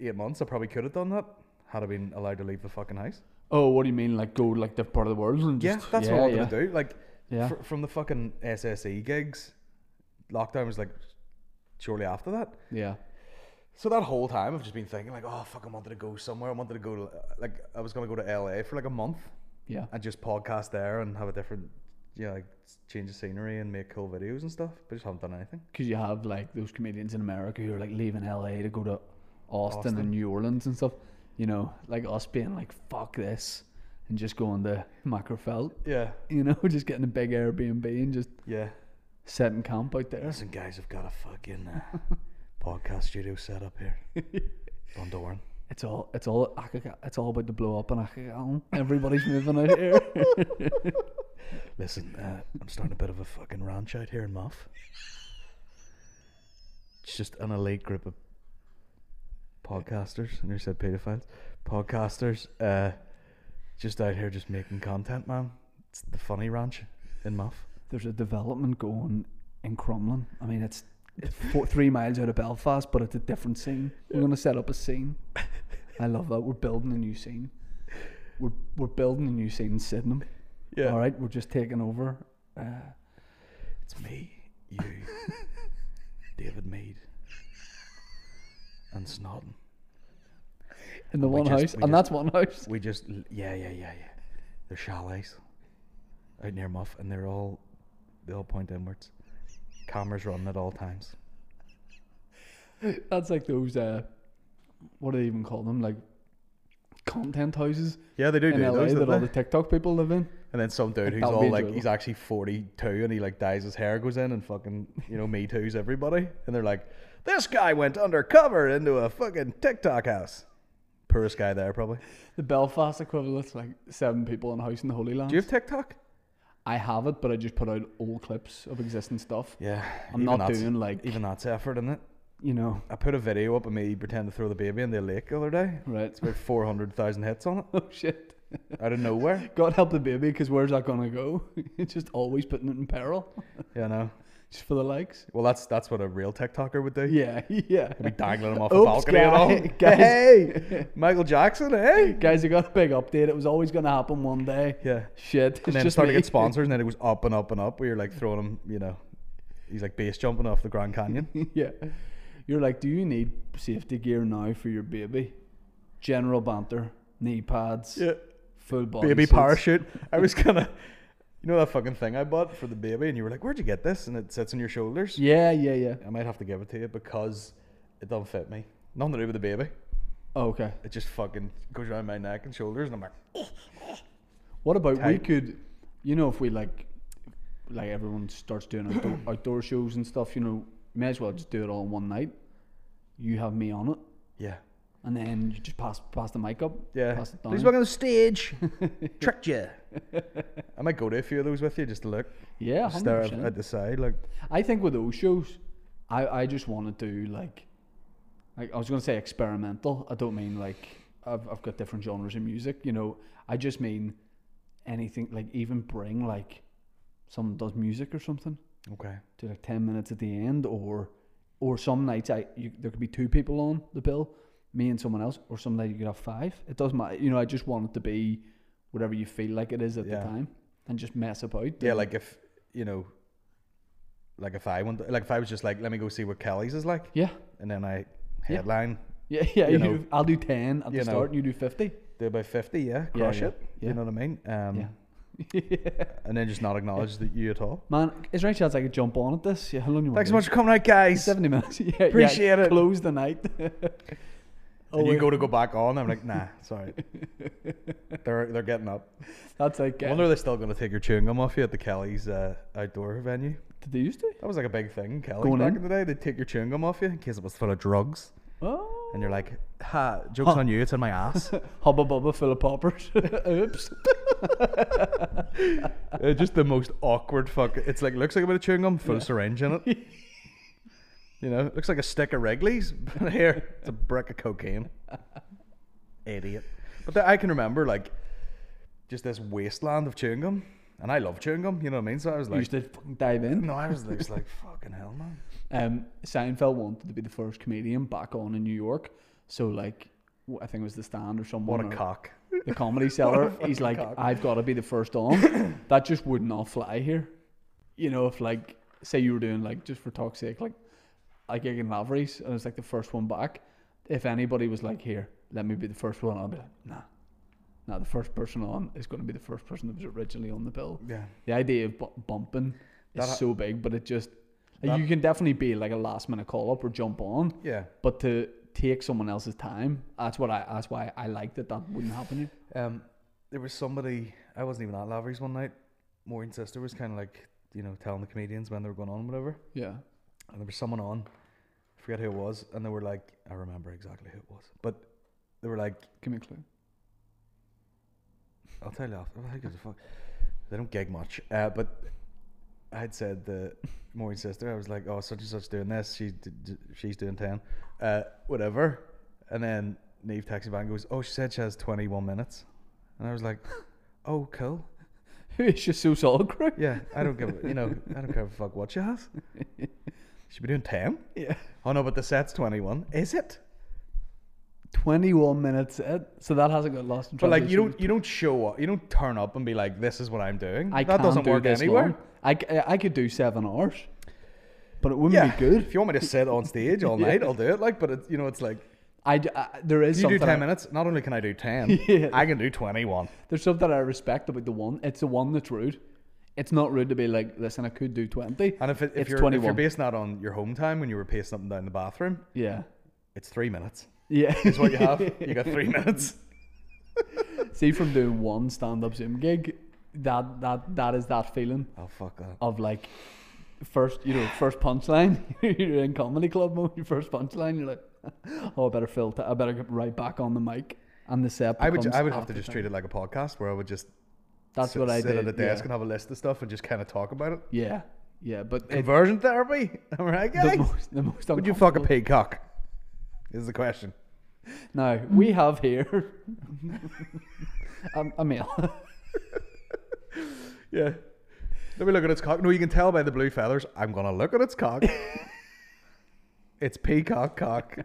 eight months, I probably could have done that had I been allowed to leave the fucking house.
Oh, what do you mean? Like go like the part of the world and
Yeah,
just
that's what I wanted to do. Like,
Yeah.
fr- from the fucking SSE gigs, lockdown was like shortly after that.
Yeah,
So that whole time, I've just been thinking like, oh fuck, I wanted to go somewhere. I wanted to go to like I was gonna go to LA for like a month
yeah,
and just podcast there and have a different, you know, like change the scenery and make cool videos and stuff. But just haven't done anything.
because you have like those comedians in America who are like leaving LA to go to Austin,
Austin.
and New Orleans and stuff. You know, like us being like fuck this and just going to Macrofelt.
Yeah,
[LAUGHS] You know, just getting a big Airbnb and just
yeah.
setting camp out there.
Listen, guys, I've got a fucking uh, [LAUGHS] podcast studio set up here, Bundoran.
It's all it's all Akaga- it's all about the blow up and Akaga- everybody's moving out here.
Listen, uh, I'm starting a bit of a fucking ranch out here in Muff. It's just an elite group of podcasters. I nearly said pedophiles. Podcasters, uh, just out here just making content, man. It's the funny ranch in Muff.
There's a development going in Crumlin. I mean, it's it's four, three miles out of Belfast, but it's a different scene. We're gonna set up a scene. I love that. We're building a new scene. We're we're building a new scene in Sydenham.
Yeah.
All right, we're just taking over. Uh,
It's me, you, [LAUGHS] David Mead, and Snodden.
in the one
just-
house,
we
and
just-
that's one house. [LAUGHS]
We just yeah yeah yeah yeah. They're chalets out near Muff, and they're all they all point inwards. Cameras running at all times.
That's like those. Uh, what do they even call them? Like content houses
Yeah, they do
in LA that all the TikTok people live in.
and
[LAUGHS]
then some dude who's
That would be
all like,
enjoyable.
he's actually 42 and he like dyes his hair, goes in and fucking, you know, me too's everybody. And they're like, this guy went undercover into a fucking TikTok house. Poorest guy there, probably.
The Belfast equivalent's like seven people in a house in the Holy Land.
Do you have TikTok?
I have it, but I just put out old clips of existing stuff.
Yeah.
I'm
even
not
that's-
doing like
Even that's effort, isn't it?
you know,
I put a video up of me pretending to throw the baby in the lake the other day.
right?
It's about 400,000 hits on it
Oh [LAUGHS] shit!
out of nowhere.
God help the baby, because where's that gonna go? [LAUGHS] it's just always putting it in peril, [LAUGHS]
Yeah, no.
just for the likes.
Well, that's that's what a real TikToker would do.
Yeah, [LAUGHS] yeah.
Be dangling him off a
Oops,
balcony and all.
guy- [LAUGHS] guys.
Hey, Michael Jackson, hey.
Guys, I got a big update. It was always gonna happen one day.
Yeah.
Shit. It's
And then it
just
started to
me.
get sponsors, and then it was up and up and up. Where you're like throwing him, you know, he's like base jumping off the Grand Canyon.
[LAUGHS] yeah. You're like, do you need safety gear now for your baby? General banter, knee pads, full body.
baby
suits.
parachute. I was gonna, you know, that fucking thing I bought for the baby, and you were like, "Where'd you get this?" And it sits on your shoulders.
Yeah, yeah, yeah.
I might have to give it to you because it doesn't fit me. Nothing to do with the baby.
Oh, okay.
It just fucking goes around my neck and shoulders, and I'm like,
What about we
Tight.
could, you know, if we like, like everyone starts doing
[CLEARS THROAT]
outdoor, outdoor shows and stuff, you know, may as well just do it all in one night. You have me on it.
"Yeah,
and then you just pass pass the mic up.
Yeah.
Pass it down.
Please welcome to the
[LAUGHS]
stage. Tricked you.
I might go to a few of those with you just to look.
yeah,
Stare
100%.
at, at the side. Like,
I think with those shows, I, I just want to do like, like I was gonna say experimental. I don't mean like I've I've got different genres of music. You know, I just mean anything like even bring like someone does music or something.
okay.
Do like ten minutes at the end, or or some nights I you, there could be two people on the bill, me and someone else, or some night you could have five. It doesn't matter. You know, I just want it to be whatever you feel like it is at
Yeah.
the time, and just mess about.
Yeah, like if, you know, like if I went, like if I was just like, let me go see what Kelly's is like,
yeah.
and then I
Yeah.
headline,
Yeah, yeah.
You
You
know.
do, I'll do ten at
You
the
know.
start, and you do fifty.
do about 50, yeah,
Yeah,
crush
yeah,
it.
yeah.
You know what I mean? Um,
Yeah.
And then just not acknowledge that you at all.
[LAUGHS] Man, is there any chance I could jump on at this? Oh, Yeah, how long you want?
Thanks so
to
much for coming out,
[LAUGHS]
guys.
Seventy minutes. Yeah, yeah,
Appreciate it.
Close the night. [LAUGHS]
and
yeah.
you go to go back on. I'm like, nah,
[LAUGHS]
sorry. they're they're getting up.
That's like.
I
Uh,
wonder if they're still going to take your chewing gum off you at the Kelly's uh, outdoor venue.
uh, did they used to?
That was like a big thing, Kelly.
Going
back
in?
in the day, they'd take your chewing gum off you in case it was full of drugs.
Oh.
And you're like, ha, joke's on you, it's in my ass. [LAUGHS]
[LAUGHS] Hubba bubba full of poppers. [LAUGHS] Oops.
Uh, just the most awkward fuck. It's like, looks like a bit of chewing gum, full syringe in
[LAUGHS]
it. you know, looks like a stick of Wrigley's, [LAUGHS] but here, it's a brick
[LAUGHS]
of cocaine. Idiot. But th- I can remember, like, just this wasteland of chewing gum. And I love chewing gum, you know what I mean? So I was
You
like,
used to fucking dive in.
[LAUGHS] no, I was
[LAUGHS]
just like, fucking hell, man.
Um, Seinfeld wanted to be the first comedian back on in New York, so like, w- I think it was the Stand or someone.
What a
or-
cock.
the comedy
[LAUGHS]
seller, he's like, I've got to be the first
[COUGHS]
on. that just would not fly here. You know, if like, say you were doing like, just for talk's sake, like a gig in Lavery's and it's like the first one back, if anybody was like, here, let me be the first one, I'll be like, nah. Nah, the first person on is going to be the first person that was originally on the bill.
Yeah.
The idea of bu- bumping is
That ha-
so big, but it just, like, you can definitely be like a last minute call up or jump on.
Yeah.
But to take someone else's time, that's what I. That's why I liked it. That wouldn't happen here.
Um, there was somebody I wasn't even at Lavery's one night. Maureen's sister was kind of like, you know, telling the comedians when they were going on, and whatever.
Yeah.
And there was someone on, I forget who it was, and they were like, I remember exactly who it was, but they were like,
Give me a
[LAUGHS]
clue.
I'll tell you after. Who gives a fuck? They don't gig much. Uh, but I'd said the Maureen's sister. I was like, oh, such and such doing this. She d- d- she's doing ten, uh, whatever. And then Neve texts me back and goes, oh, she said she has twenty one minutes. And I was like, oh, cool.
it's just so solid, crew.
Yeah, I don't give a, you know, I don't care a fuck what
[LAUGHS]
she has. She be doing ten.
Yeah.
Oh no, but the set's twenty one. Is it?
Twenty-one minutes. In, so that hasn't got lost in
But
translation.
like you don't you don't show up you don't turn up and be like this is what I'm doing.
I
that
can't
doesn't
do
work
this
anywhere.
long. I, c- I could do seven hours, but it wouldn't
[LAUGHS] Yeah,
be good.
If you want me to sit on
[LAUGHS]
stage all night, I'll do it. Like, but it's you know it's like
I, d- I- there is
you do
something.
ten
I-
minutes. Not only can I do ten,
[LAUGHS] Yeah.
I can do twenty one.
There's something I respect about the one. It's the one that's rude. It's not rude to be like, listen, I could do twenty.
And if it,
it's
if you're if you're
twenty-one,
basing that on your home time when you were pacing something down the bathroom,
yeah,
it's three minutes. [LAUGHS]
yeah.
Is what
[LAUGHS]
you have. you got three minutes.
See, from doing one stand-up Zoom gig, that that that is that feeling.
Oh fuck that.
of like first you know first punchline [LAUGHS] you're in comedy club mode your first punchline you're like [LAUGHS] oh I better fill t- I better get right back on the mic and the set
I would ju-
becomes
I would have to
half
just
the
treat
time.
it like a podcast where I would just
that's
sit,
what I
sit
did
at a desk and
yeah.
have a list of stuff and just kind of talk about it.
yeah yeah but it,
Conversion therapy. [LAUGHS] Am I right,
the
guys?
most, the most
Would you fuck a
uncomfortable-
pig cock? Is the question.
no we have here um, [LAUGHS] a male [LAUGHS]
Yeah. Let me look at its cock. No, you can tell by the blue feathers. I'm gonna look at its [LAUGHS] cock. it's peacock cock.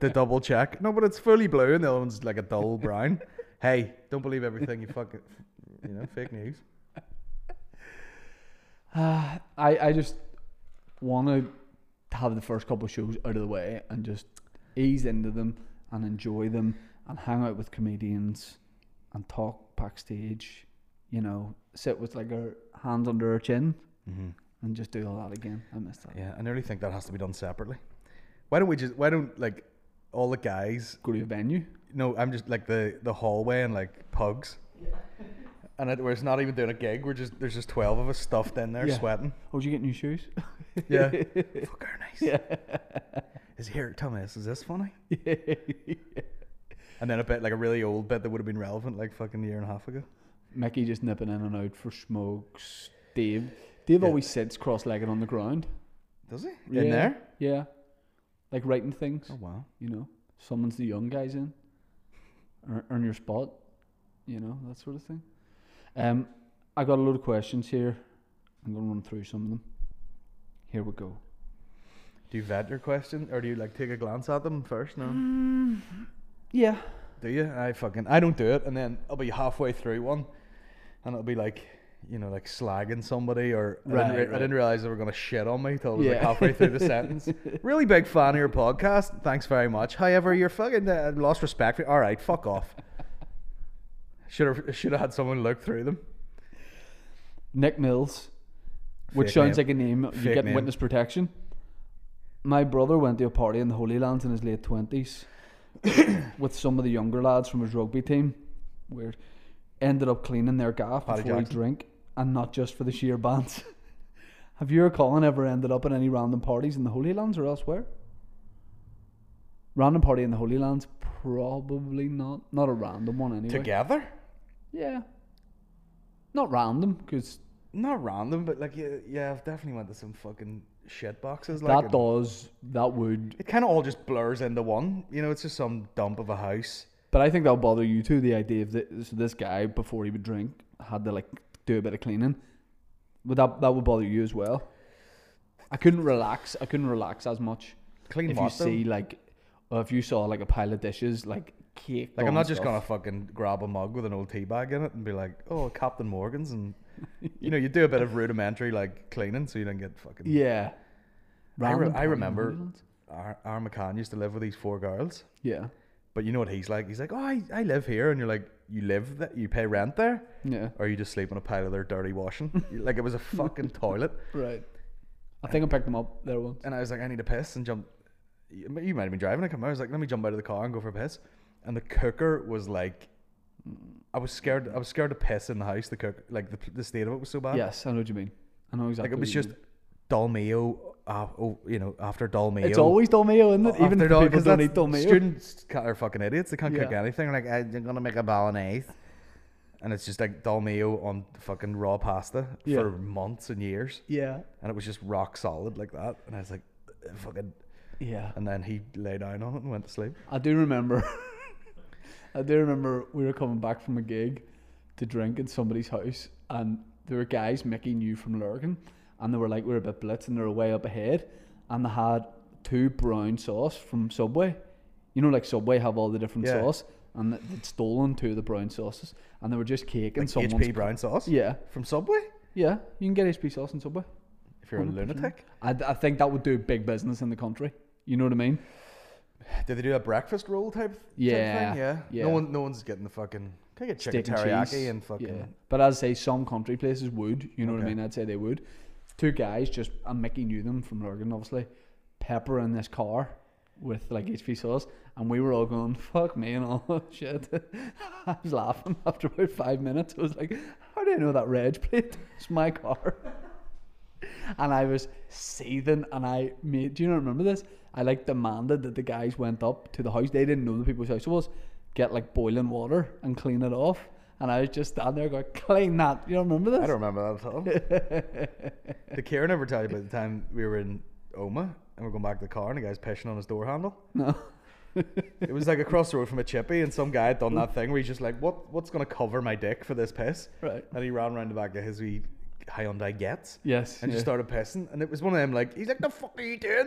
The double check. No, but it's fully blue, and the other one's like a dull brown. hey, don't believe everything you fucking, you know, fake news.
Ah, [SIGHS] I I just want to have the first couple of shows out of the way and just ease into them and enjoy them and hang out with comedians and talk backstage. You know, sit with like our hands under our chin and just do all that again. I miss that.
Mm-hmm. Yeah, I nearly think that has to be done separately. Why don't we just? Why don't like all the guys?
Go to a venue.
No, I'm just like the the hallway and like pugs. And it, we're not even doing a gig. We're just there's just twelve of us stuffed in there
Yeah. [LAUGHS]
sweating.
Oh, did you get new shoes?
Yeah. Fuck, are nice. Is here? Tell me this. Is this
[LAUGHS]
funny? And then a bit like a really old bit that would have been relevant like fucking a year and a half ago.
Mickey just nipping in and out for smokes. Dave. Dave always sits cross legged on the ground.
Does he?
Yeah,
In there?
Yeah. Like writing things.
Oh wow.
You know, summons the young guys in. Earn, earn your spot. You know, that sort of thing. Um, I got a load of questions here. I'm going to run through some of them. Here we go.
Do you vet your question or do you like take a glance at them first? No.
Yeah.
Do you? I fucking I don't do it, and then I'll be halfway through one, and it'll be like, you know, like slagging somebody, or I,
Right,
didn't, re-
right.
I didn't realize they were gonna shit on me till I was like
Yeah.
halfway through the
[LAUGHS]
sentence. Really big fan of your podcast. Thanks very much. However, you're fucking uh, lost respect for. All right, fuck off. Should have should have had someone look through them.
Nick Mills, which
Fake
sounds
name.
like a name you
Fake
get in
name.
witness protection. My brother went to a party in the Holy Lands in his late
[COUGHS]
twenties with some of the younger lads from his rugby team. Weird. Ended up cleaning their gaff
Paddy
before he
Jackson.
drink, and not just for the sheer bands. [LAUGHS] Have you or Colin ever ended up at any random parties in the Holy Lands or elsewhere? Random party in the Holy Lands? Probably not. Not a random one anyway.
Together,
Yeah. Not random because
not random, but like yeah, yeah, I've definitely went to some fucking shit boxes. Like
that
and-
does that would
It kind of all just blurs into one. You know, it's just some dump of a house.
But I think that'll bother you too. The idea of this, this guy before he would drink had to like do a bit of cleaning. Would that that would bother you as well? I couldn't relax. I couldn't relax as much.
Clean
if you
what, though?
see like, or if you saw like a pile of dishes, like cake.
Like I'm not just gonna fucking grab a mug with an old tea bag in it and be like, oh, Captain Morgan's, and [LAUGHS] you know, you do a bit of rudimentary like cleaning so you don't get fucking.
Yeah.
I, re-
Random
I
pile of
remember
noodles?
our, our McCann used to live with these four girls,
Yeah.
but you know what he's like? He's like, oh, I, I live here, and you're like, you live that you pay rent there,
Yeah.
or you just sleep on a pile of their dirty washing, [LAUGHS] like it was a fucking toilet.
Right. I think I picked them up there once.
And I was like, I need a piss, and jump. You you might have been driving. I come. I was like, let me jump out of the car and go for a piss. And the cooker was like, I was scared. I was scared to piss in the house. The cook, like the, the state of it was so bad.
Yes, I know what you mean. I know exactly.
like it
what
was
you
just
mean.
Dalmio. Uh, oh, you know, after Dalmio.
It's always Dolmio, isn't it? Even if
Dal-
people
'cause
don't
that's-
eat Dolmio.
Students ca- are fucking idiots. They can't cook
Yeah.
anything. Like I'm gonna make a bolognese, and it's just like Dalmio on fucking raw pasta
Yeah.
for months and years,
Yeah.
and it was just rock solid like that. And I was like, "Ugh, fucking.
Yeah.
And then he lay down on it and went to sleep.
I do remember. [LAUGHS] I do remember we were coming back from a gig to drink in somebody's house, and there were guys Mickey knew from Lurgan, and they were like, we were a bit blitzed, and they were way up ahead, and they had two brown sauce from Subway. You know, like Subway have all the different
Yeah.
sauce, and they- they'd stolen two of the brown sauces, and they were just caking
Like
someone's.
HP brown sauce
Yeah,
from Subway.
yeah, you can get HP sauce in Subway.
If you're a lunatic,
I, I think that would do big business in the country. You know what I mean?
did they do a breakfast roll type? type
Yeah,
thing? yeah,
yeah.
No one, no one's getting the fucking. Can I get chicken
steak and
teriyaki
cheese.
and, fucking?
Yeah. But as I say, some country places would. You know what I
Okay.
mean? I'd say they would. Two guys just and Mickey knew them from Lurgan, obviously. Pepper in this car with like HP sauce, and we were all going fuck me and all [LAUGHS] that shit. I was laughing [LAUGHS] after about five minutes. I was like, how do I know that reg [LAUGHS] plate? It's my car. [LAUGHS] And I was seething, and I made. Do you not remember this? I like demanded that the guys went up to the house. They didn't know the people's house was. Get like boiling water and clean it off. And I was just standing there going, "Clean that." You don't remember this?
I don't remember that at
[LAUGHS]
all. Did Karen ever tell you about the time we were in Oma and we're going back to the car and the guy's pissing on his door handle?
[LAUGHS] No.
It was like across the road from a chippy and some guy had done that thing where he's just like, what, what's going to cover my dick for this piss?
Right.
And he ran around the back of his wee Hyundai Gets.
Yes.
and
yeah.
just started pissing. And it was one of them like, he's like, the fuck are you doing?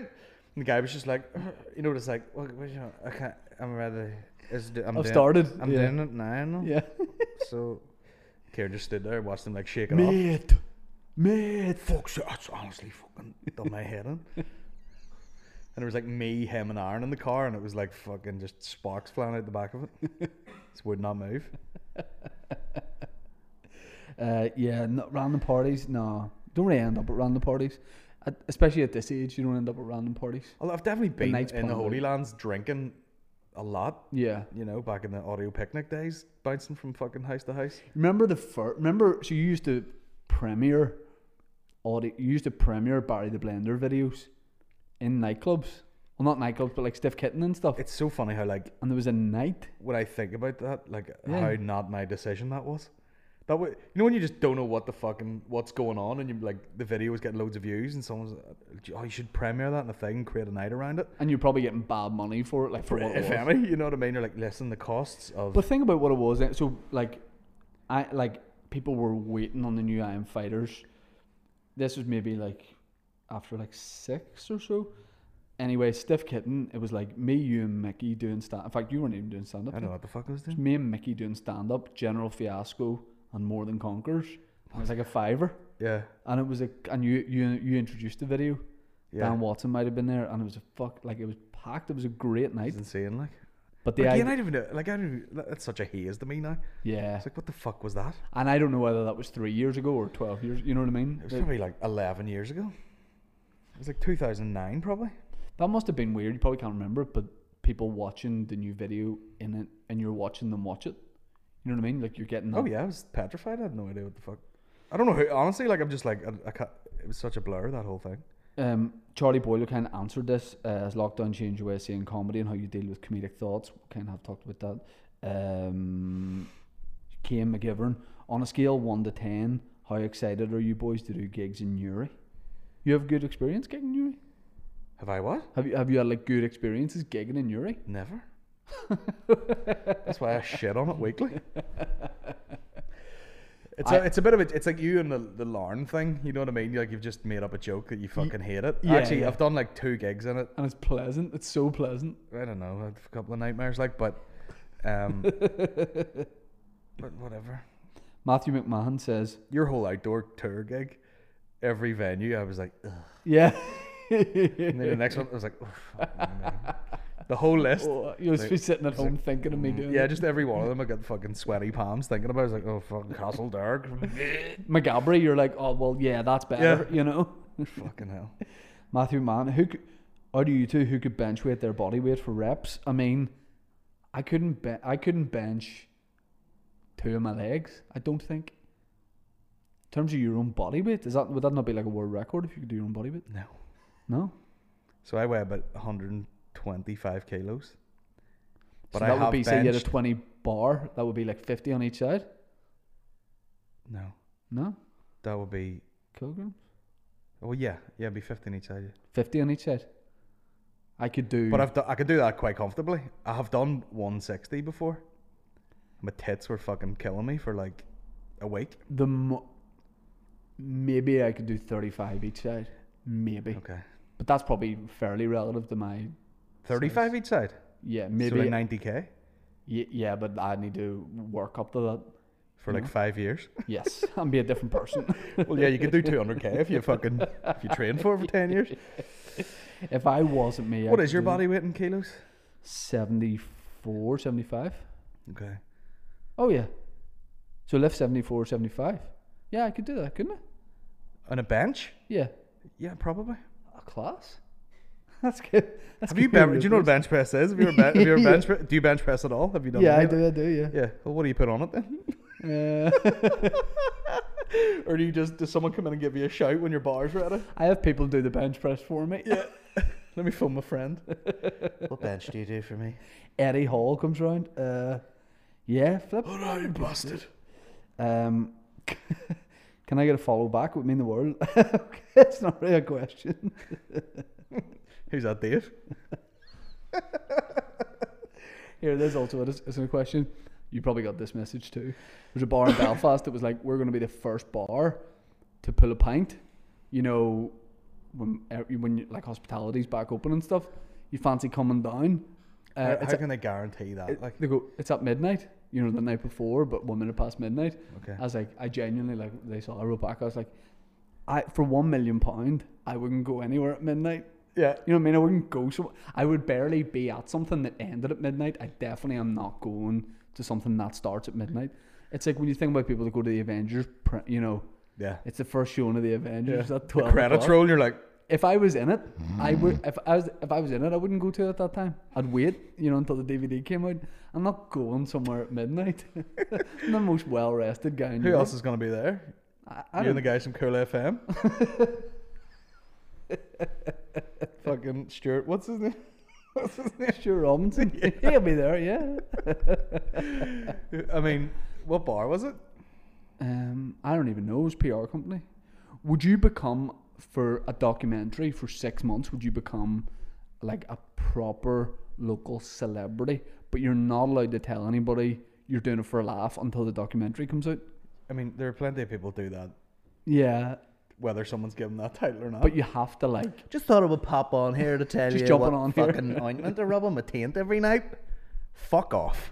And the guy was just like, you know, just like, what, what, you know, I can't, I'm ready. It's, do- I'm
I've
doing-
started,
I'm
yeah.
doing it now. no?"
Yeah.
So, Karen just stood there and watched him like shake it off.
Mate. Mate.
Fuck, so that's honestly fucking done my head in. And it was like me, him, and Aaron in the car, and it was like fucking just sparks flying out the back of
[LAUGHS]
it. This would not move.
Uh, yeah. No, random parties. No. Don't really end up at random parties, At- especially at this age. You don't end up at random parties.
Although I've definitely been
night's
in the
pondered.
Holy Lands drinking a lot,
Yeah.
you know, back in the audio picnic days, bouncing from fucking house to house.
Remember the first? Remember? So you used to premiere audio. You used to premiere Barry the Blender videos in nightclubs. Well, not nightclubs, but like Stiff Kitten and stuff.
It's so funny how like
and there was a night.
when I think about that, like
Yeah.
how not my decision that was. That way, you know when you just don't know what the fucking what's going on, and you like the video is getting loads of views, and someone's like, oh you should premiere that in a thing, and create a night around it.
And you're probably getting bad money for it, like for what it
If
was.
any, you know what I mean? You're like, listen, the costs of
But think about what it was. eh, So like, I like people were waiting on the new Iron Fighters. This was maybe like after like six or so. Anyway, Stiff Kitten. It was like me, you, and Mickey doing stand. In fact, you weren't even doing stand up.
I don't know what the fuck I was
It was
doing.
me and Mickey doing stand up. General Fiasco and More Than Conquers. And it was like a fiver.
Yeah,
And it was a and you you you introduced the video.
Yeah.
Dan Watson might have been there, and it was a fuck like it was packed. It was a great night.
it's insane. Like,
But the
yeah,
idea,
again, I don't even know. Like, I don't. Even, that- that's such a haze to me now.
yeah,
It's like, what the fuck was that?
and I don't know whether that was three years ago or twelve years. You know what I mean?
It was
That-
probably like eleven years ago. It was like 2009, probably.
that must have been weird. You probably can't remember, it, but people watching the new video in it, and you're watching them watch it. You know what I mean? Like you're getting. That.
Oh yeah, I was petrified. I had no idea what the fuck. I don't know who. Honestly, like I'm just like I, I can't, it was such a blur that whole thing.
Um, Charlie Boyle kind of answered this uh, as lockdown changed your way of seeing comedy and how you deal with comedic thoughts. We kind of have talked about that. Um, Kane McGivern, on a scale of 1 to 10, how excited are you boys to do gigs in Newry? You have good experience gigging in Newry?
Have I what?
Have you, have you had like good experiences gigging in Newry?
Never. That's why I shit on it weekly. It's a
I-
it's a bit of a it's like you and the the Larn thing. You know what I mean? Like you've just made up a joke that you fucking hate it.
yeah,
Actually,
yeah.
I've done like two gigs in it.
And it's pleasant. It's so pleasant.
I don't know, I had a couple of nightmares like, but
[LAUGHS]
um, but whatever.
Matthew McMahon says,
Your whole outdoor tour gig, every venue, I was like, Ugh.
[LAUGHS] yeah.
and then the next one, I was like, oh, fucking
[LAUGHS]
man. the whole list.
Oh, You'll just be sitting at home thinking of me doing
Yeah,
it.
just every one of them. I got fucking sweaty palms thinking about. it. I was like, oh fucking Castle [LAUGHS] Derg,
McGabry, you're like, oh, well, yeah, that's better,
Yeah.
you know?
fucking hell.
Matthew Mann, who could, out of you two, who could bench weight their body weight for reps? I mean, I couldn't be- I couldn't bench two of my legs. I don't think. In terms of your own body weight, is that would that not be like a world record if you could do your own body weight?
No.
No.
So I weigh about 125 kilos. But
so
I
that
have
would be say you had
benched.
a twenty bar. That would be like fifty on each side.
no,
No
that would be.
kilograms.
Oh yeah, yeah, it'd be 15 each side. yeah.
Fifty on each side. I could do.
But I've do- I could do that quite comfortably. I have done 160 before. My tits were fucking killing me for like a week.
the mo- maybe I could do thirty-five each side. Maybe.
Okay.
But that's probably fairly relative to my
35 each side.
yeah
Maybe
maybe
so like 90k
Ye- yeah, but I need to work up to that.
for like five years.
Yes, [LAUGHS] and be a different person.
[LAUGHS] well, yeah, you could do 200k if you fucking if you train for it for 10 years.
if I wasn't me, I
What
could
is your
do
body weight in kilos?
74, 75.
Okay.
Oh yeah, so lift 74, 75. Yeah, I could do that, couldn't I?
On a bench?
Yeah,
Yeah, probably.
a class. [LAUGHS] That's good. That's
Have you [LAUGHS]
good
ben- do you know what
reference.
a bench press is? Have you ever, ben- have you ever
Yeah.
bench pre- do you bench press at all? Have you done
Yeah,
any
I
of
do.
it?
I do. Yeah.
Yeah. Well, what do you put on it then?
Uh, [LAUGHS]
[LAUGHS] or do you just does someone come in and give you a shout when your bar's ready?
I have people do the bench press for me.
Let me phone my friend. what bench do you do for me?
Eddie Hall comes round. Uh, yeah, flip.
[LAUGHS] All right, bastard.
Um, [LAUGHS] can I get a follow back? Would mean the world. [LAUGHS] it's not really a question.
Who's that, Dave?
Here, there's also it is. It's a question. You probably got this message too. There's a bar
[COUGHS]
in Belfast that was like, we're going to be the first bar to pull a pint. You know, when er, when you, like hospitality's back open and stuff, you fancy coming down. Uh,
how
it's
how
at,
can they guarantee that? like,
they go, it's at midnight. You know, the night before, but one minute past midnight.
Okay.
I was like, I genuinely like they saw. I wrote back. I was like, I for one million pound, I wouldn't go anywhere at midnight.
yeah.
You know what I mean? I wouldn't go so I would barely be at something that ended at midnight. I definitely am not going to something that starts at midnight. It's like when you think about people that go to the Avengers, pr- you know,
Yeah.
it's the first showing of the Avengers at
The
twelve.
credits
o'clock.
roll, you're like,
If I was in it, I would.
Mm.
If I was, if I was in it, I wouldn't go to it at that time. I'd wait, you know, until the DVD came out. I'm not going somewhere at midnight. [LAUGHS] I'm the most well rested guy. in
who
Europe.
else is going to be there?
I,
You
I
and the
don't,
guys from Cool FM. Fucking Stuart, what's his name? What's
[LAUGHS]
his name?
sure
[LAUGHS]
Robinson. [LAUGHS] He'll be there, yeah.
I mean, what bar was it?
Um, I don't even know his PR company. Would you become for a documentary for six months? Would you become like a proper local celebrity, but you're not allowed to tell anybody you're doing it for a laugh until the documentary comes out?
I mean, there are plenty of people do that,
Yeah,
whether someone's given that title or not.
but you have to like.
Just thought I would pop on here to tell
Just
you
jumping
what
on here.
fucking ointment I rub on my taint every night. Fuck off.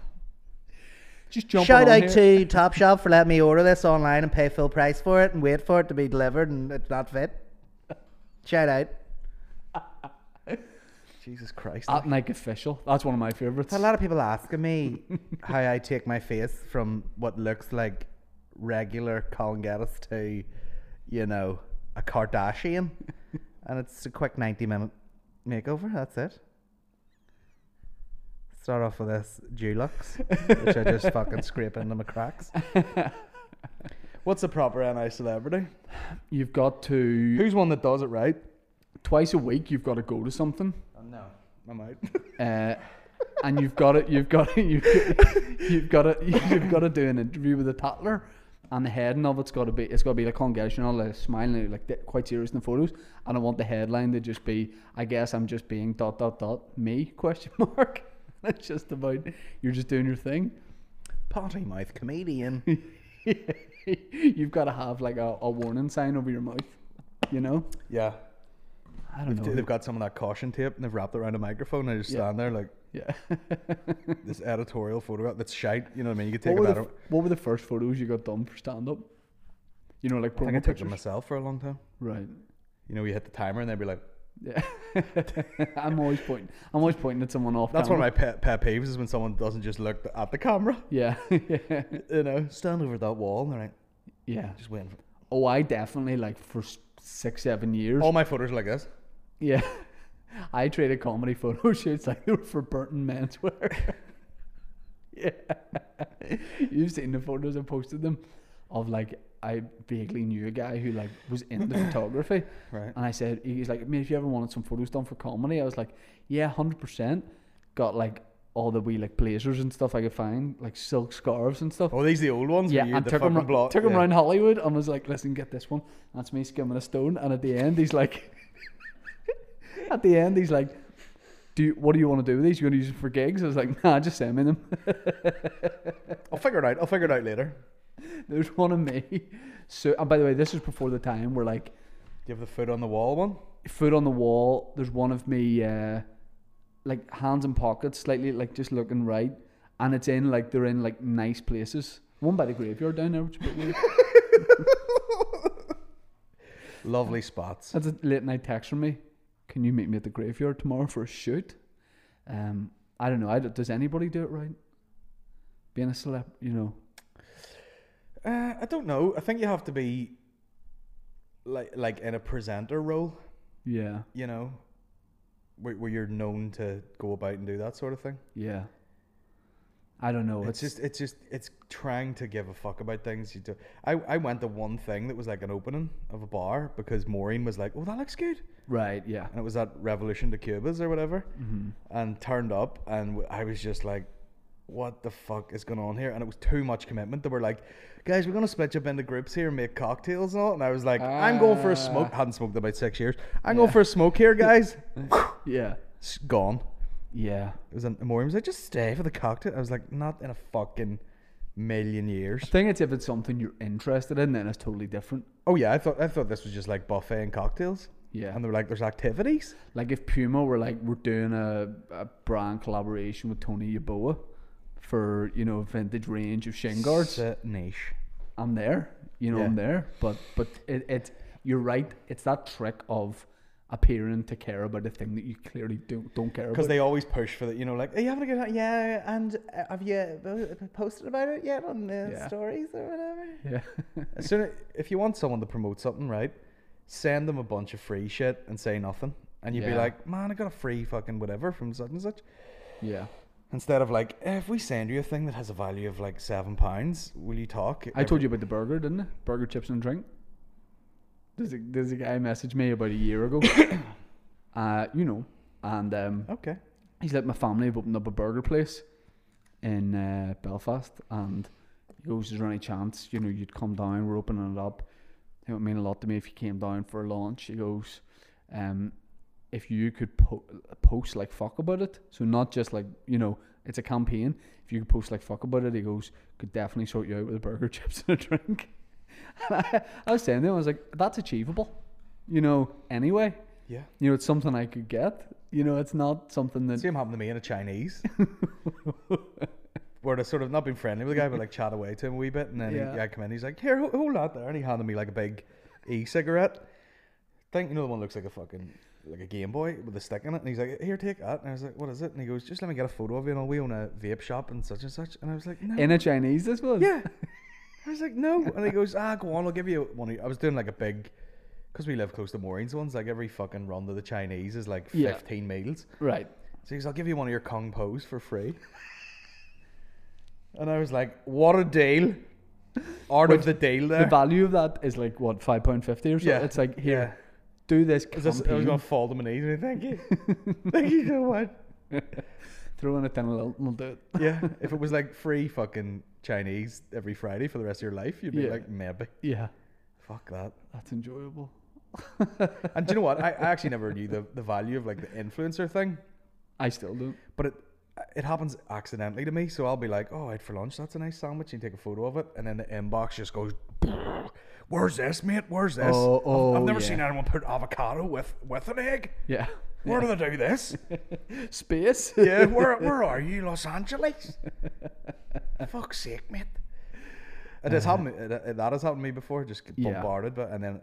Just jump
Shout
on
out
here.
to Top Shop for letting me order this online and pay full price for it and wait for it to be delivered and it's not fit. Shout out.
Jesus Christ.
at Nike official. That's one of my favorites.
A lot of people asking me how I take my face from what looks like regular Colin Geddes to, you know, a [LAUGHS] Kardashian. and it's a quick 90 minute makeover. That's it. Start off with this Dulux, which I [LAUGHS] just fucking scrape into my cracks.
What's a proper NI celebrity?
You've got to
Who's one that does it right?
twice a week. You've got to go to something,
no, I'm [LAUGHS] out.
uh, and you've got it. [LAUGHS] You've got it. You've, you've got it. You've got to do an interview with a tattler, and the heading of it's got to be. It's got to be like congressional, like smiling, like that- quite serious in the photos. And I want the headline to just be, I guess I'm just being dot dot dot me [LAUGHS] question mark. It's just about you're just doing your thing.
Potty mouth comedian.
[LAUGHS] you've got to have like a, a warning sign over your mouth, you know.
yeah.
I don't know.
They've got some of that caution tape and they've wrapped it around a microphone and they just
Yeah.
stand there like
[LAUGHS] Yeah.
this editorial photograph that's shite. You know what I mean? You could take
what,
it
were
out
the,
of.
f- what were the first photos you got done for stand up? You know, like
I think I
promo
took them
pictures.
myself for a long time.
Right. [LAUGHS]
You know, you hit the timer and they'd be like,
Yeah. I'm always pointing. I'm always pointing at someone off.
that's one
camera.
of my pet, pet peeves is when someone doesn't just look at the camera. [LAUGHS]
Yeah. yeah. [LAUGHS]
You know, stand over that wall and they're like, "Ah,
Yeah.
just waiting. For...
Oh, I definitely like for s- six, seven years.
All my photos are like this.
Yeah. [LAUGHS] I traded comedy photo [LAUGHS] shoots like they were for Burton menswear. [LAUGHS] yeah. [LAUGHS] You've seen the photos I posted them of like I vaguely knew a guy who like was into photography.
Right.
And I said he's like, mate, if you ever wanted some photos done for comedy, I was like, Yeah, hundred percent. Got like all the wee like blazers and stuff I could find, like silk scarves and stuff.
Oh, these are the old ones?
Yeah,
where you
and
the
took him,
fucking
ro-
block-
took him
yeah.
around Hollywood and was like, listen, get this one. That's me skimming a stone. And at the end, he's like, [LAUGHS] at the end, he's like, do you, what do you want to do with these? You going to use them for gigs? I was like, nah, just send me them. [LAUGHS]
I'll figure it out. I'll figure it out later.
There's one of me. So, and by the way, this is before the time where like
Do you have the foot on the wall one? [LAUGHS]
foot on the wall. There's one of me, uh, like hands in pockets, slightly like just looking right, and it's in like they're in like nice places. One by the graveyard down there, which is a bit weird.
Lovely spots.
That's a late night text from me. Can you meet me at the graveyard tomorrow for a shoot? Um, I don't know. I don't- does anybody do it right? Being a celeb, you know.
Uh, I don't know. I think you have to be like like in a presenter role,
Yeah,
you know, where, where you're known to go about and do that sort of thing.
yeah. I don't know.
It's just it's just it's trying to give a fuck about things you do. I, I went to one thing that was like an opening of a bar because Maureen was like, "Oh, that looks good,"
right. Yeah,
and it was at Revolution to Cuba's or whatever,
Mm-hmm.
and turned up, and w- I was just like, "What the fuck is going on here?" And it was too much commitment. They were like, "Guys, we're gonna split you up into groups here and make cocktails and all," and I was like, "I'm going for a smoke."
Ah.
hadn't smoked in about six years. I'm
Yeah.
going for a
[LAUGHS]
smoke here, guys.
yeah,
it's gone.
yeah.
It was and Maureen was like, "Just stay for the cocktail." I was like, "Not in a fucking million years."
I think it's if it's something you're interested in, then it's totally different.
Oh yeah, I thought I thought this was just like buffet and cocktails.
Yeah.
And they were like, there's activities.
Like if Puma were like, we're doing a, a brand collaboration with Tony Yaboa for you know vintage range of shin guards.
Sit niche.
I'm there. You know,
Yeah.
I'm there. But but it, it you're right. It's that trick of appearing to care about a thing that you clearly don't don't care
Because
about.
they always push for that, you know, like, are you having a good time?
Yeah, and uh, have you uh, posted about it yet on uh,
Yeah.
stories or whatever?
[LAUGHS] yeah.
As soon as- if you want someone to promote something, right, send them a bunch of free shit and say nothing. And you'd be
Yeah.
like, man, I got a free fucking whatever from such and such.
yeah.
Instead of like, eh, if we send you a thing that has a value of like seven pounds, will you talk?
I told you about the burger, didn't I? Burger, chips, and drink. There's a, there's a guy messaged me about a year ago. [COUGHS] uh, you know, and um,
Okay.
he's like, my family have opened up a burger place in uh, Belfast, and he goes, "Is there any chance you know you'd come down? We're opening it up. It would mean a lot to me if you came down for a launch." He goes, um, "If you could po- post like fuck about it, so not just like you know." It's a campaign. If you could post like fuck about it, he goes, could definitely sort you out with a burger, [LAUGHS] chips, and a drink. And I, I was saying to him, I was like, that's achievable, you know, anyway.
Yeah.
You know, it's something I could get. You know, it's not something that
Same happened to me in
[LAUGHS]
a Chinese. Where I sort of not been friendly with the guy, but like chat away to him a wee bit, and then
Yeah.
he, I come in, he's like, "Here, ho- hold that there," and he handed me like a big e-cigarette. Think you know the one that looks like a fucking like a Game Boy with a stick in it, and he's like, "Here, take that," and I was like, "What is it?" And he goes, "Just let me get a photo of you." And we own a vape shop and such and such, and I was like, "No."
in a Chinese this was.
Yeah. I was like, no. And he goes, ah, go on, I'll give you one. of y-" I was doing like a big, because we live close to Maureen's ones, like every fucking run to the Chinese is like
Yeah.
15 meals.
Right.
So he goes, I'll give you one of your Kong Po's for free. [LAUGHS] and I was like, what a deal. Art of the deal there.
The value of that is like what five pound fifty or something.
Yeah,
It's like here,
yeah. uh,
do this
I was just- I was
campaign,
going to fall to my knees and thank you.
[LAUGHS]
thank you so much.
throw in a ten and we'll do it.
Yeah. If it was like free fucking Chinese every Friday for the rest of your life, you'd be
Yeah.
like, maybe.
Yeah,
Fuck that.
that's enjoyable.
And do you know what? I, I actually never knew the, the value of like the influencer thing,
I still don't.
but it it happens accidentally to me. So I'll be like, "Oh, I had for lunch. That's a nice sandwich." And you take a photo of it, and then the inbox just goes, "Where's this, mate? Where's this?
Oh,
I've- I've,
oh,
never seen
yeah.
anyone put avocado with with an egg.
Yeah. [LAUGHS]
Where do they do this?
Space.
yeah, where where are you,
[LAUGHS]
Los Angeles? Fuck's sake, mate." It has happened. It, it- that has happened to me before. Just get
Uh-huh. Yeah.
bombarded, but and then,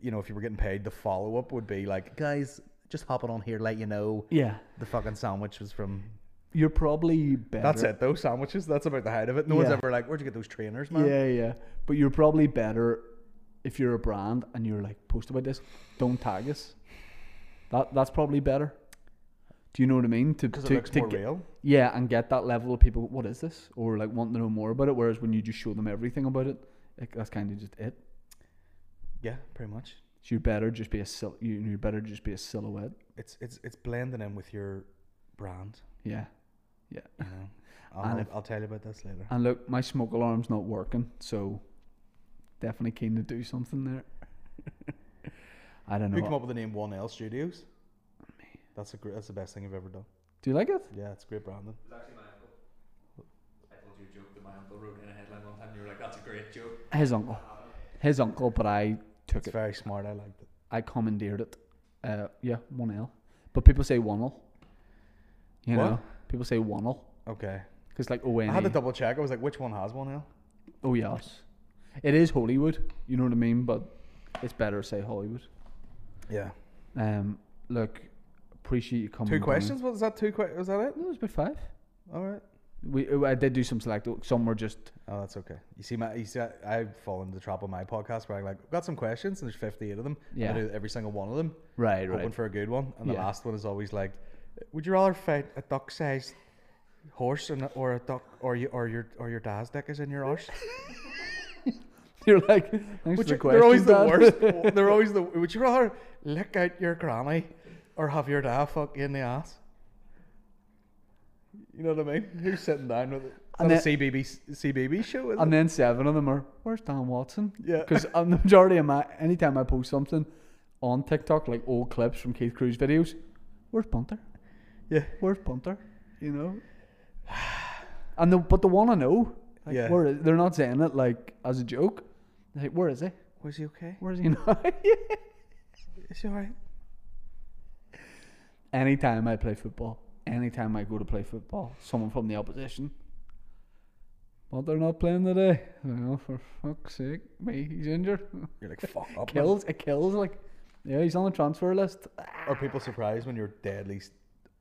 you know, if you were getting paid, the follow up would be like,
Guys, just hopping on here, let you know
[LAUGHS] Yeah.
the fucking sandwich was from. [LAUGHS]
You're probably better.
That's it, though. Sandwiches. That's about the height of it. No one's
Yeah.
ever like, "Where'd you get those trainers, man?"
Yeah, yeah. But you're probably better if you're a brand and you're like post about this. Don't tag us. That that's probably better. Do you know what I mean? To
Because
to,
it looks
to
more
get-
real.
Yeah, and get that level of people. What is this? Or like wanting to know more about it. Whereas when you just show them everything about it, like, that's kind of just it.
Yeah, pretty much.
So you better just be a sil- you you better just be a silhouette.
It's it's it's blending in with your brand.
Yeah, yeah.
You know,
And
I'll, I'll tell you about this later.
And look, my smoke alarm's not working, so definitely keen to do something
[LAUGHS]
there. I don't know.
Who came up with the name One L Studios? That's a great, that's the best thing I've ever done.
Do you like it?
Yeah, it's great branding.
It was actually my uncle. I told you a joke that my uncle wrote in a headline one time, and you were like, that's a great joke.
His uncle, his uncle, but I took
It's
it.
very smart. I liked it.
I commandeered it. Uh, yeah, one L. But people say one L. You
What?
know, people say one L
Okay.
because like O N. E.
I had to double check. I was like, which one has one L?
Oh yes, it is Hollywood. You know what I mean, but it's better to say Hollywood.
Yeah.
Um, look, appreciate you coming.
Two
down.
questions. Was that two? Que- was that it?
No, it's about five.
All right.
We uh, I did do some select. Some were just
Oh, that's okay. You see, my you see, I, I fall into the trap on my podcast where I like got some questions and there's 58 of them. and
Yeah.
I do every single one of them.
right,
hoping for a good one. And the
Yeah.
last one is always like, would you rather fight a duck-sized horse and or a duck or you or your or your dad's dick is in your arse?
[LAUGHS] You're like, thanks
Which
for the question.
they're always the
Dad."
worst. they're always the. Would you rather lick out your granny or have your dad fuck you in the ass? You know what I mean? Who's sitting down with it?
And
Is that a CBB, CBB show? Is
[LAUGHS] And
it?
then seven of them are, where's Dan Watson? [LAUGHS]
Yeah.
Because the majority of my, anytime I post something on TikTok, like old clips from Keith Cruz videos, where's Punter?
[LAUGHS] Yeah.
Where's Punter? You know? [SIGHS] And the, but the one I know, like,
Yeah.
where is, they're not saying it like as a joke. They're like, where is he?
Was he okay?
Where is he now? [LAUGHS]
Is he alright?
anytime I play football, anytime I go to play football, someone from the opposition. But they're not playing today. Well, for fuck's sake, me, he's injured. [LAUGHS]
You're like fuck up. man."
kills, it kills. Like, yeah, he's on the transfer list. Ah,
Are people surprised when you're deadly s-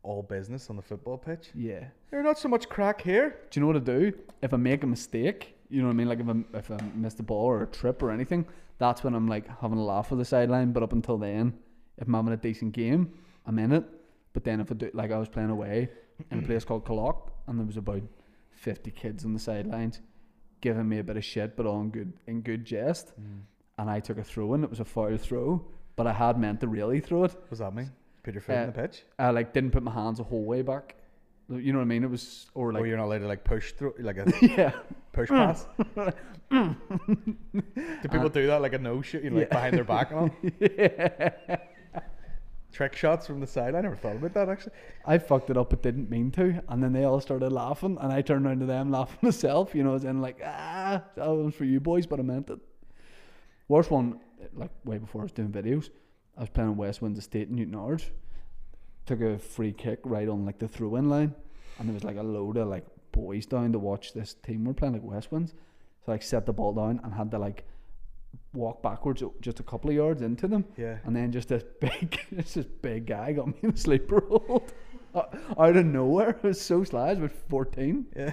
all business on the football pitch?
Yeah.
There's not so much crack here.
Do you know what I do? If I make a mistake, you know what I mean? Like if I if I miss the ball or a trip or anything, that's when I'm like having a laugh with the sideline. But up until then, if I'm having a decent game, I'm in it. But then if I do, like I was playing away, in a place called Colock, and there was about fifty kids on the sidelines giving me a bit of shit, but all in good in good jest.
Mm.
And I took a throw in. It was a foul throw, but I had meant to really throw it.
What's that mean? Put your foot
Uh,
in the pitch?
I like didn't put my hands the whole way back. You know what I mean? It was or
Or
like Hmm.
you're not allowed to like push through,
[LAUGHS]
like a
yeah.
push pass? [LAUGHS] do people do that like a no shoot, you know, like
Uh, Yeah.
behind their
[LAUGHS]
back [LAUGHS] and all? Trick shots from the side? I never thought about that actually.
I fucked it up but didn't mean to. And then they all started laughing and I turned around to them [LAUGHS] laughing myself, you know, as in like, ah, that was for you boys, but I meant it. Worst one, like way before I was doing videos, I was playing in West Windsor State in Newton Ards. Took a free kick right on like the throw in line and there was like a load of like boys down to watch this team. We're playing like West Winds. So I like, set the ball down and had to like walk backwards just a couple of yards into them.
Yeah.
And then just this big, [LAUGHS] this just big guy got me in a sleeper hold [LAUGHS] Uh, out of nowhere. It was so sly. I was 14.
Yeah.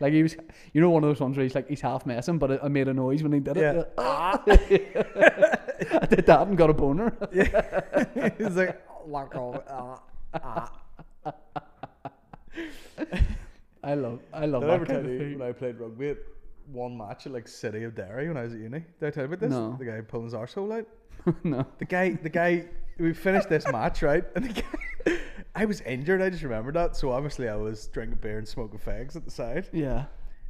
Like he was, you know, one of those ones where he's like, he's half messing, but I- I made a noise when he did it.
Yeah.
[LAUGHS] Ah. I did that and got a
[LAUGHS]
boner.
He's like, walk over. ah, ah."
I love, I love
Did I
that kind
ever tell
of
you
thing.
when I played rugby at one match at like City of Derry when I was at uni? Did I tell you about this?
No.
The guy pulling his arsehole out.
[LAUGHS] no.
The guy, the guy, we finished this match, right? And the guy, [LAUGHS] I was injured. I just remembered that. So obviously, I was drinking beer and smoking fags at the side.
Yeah.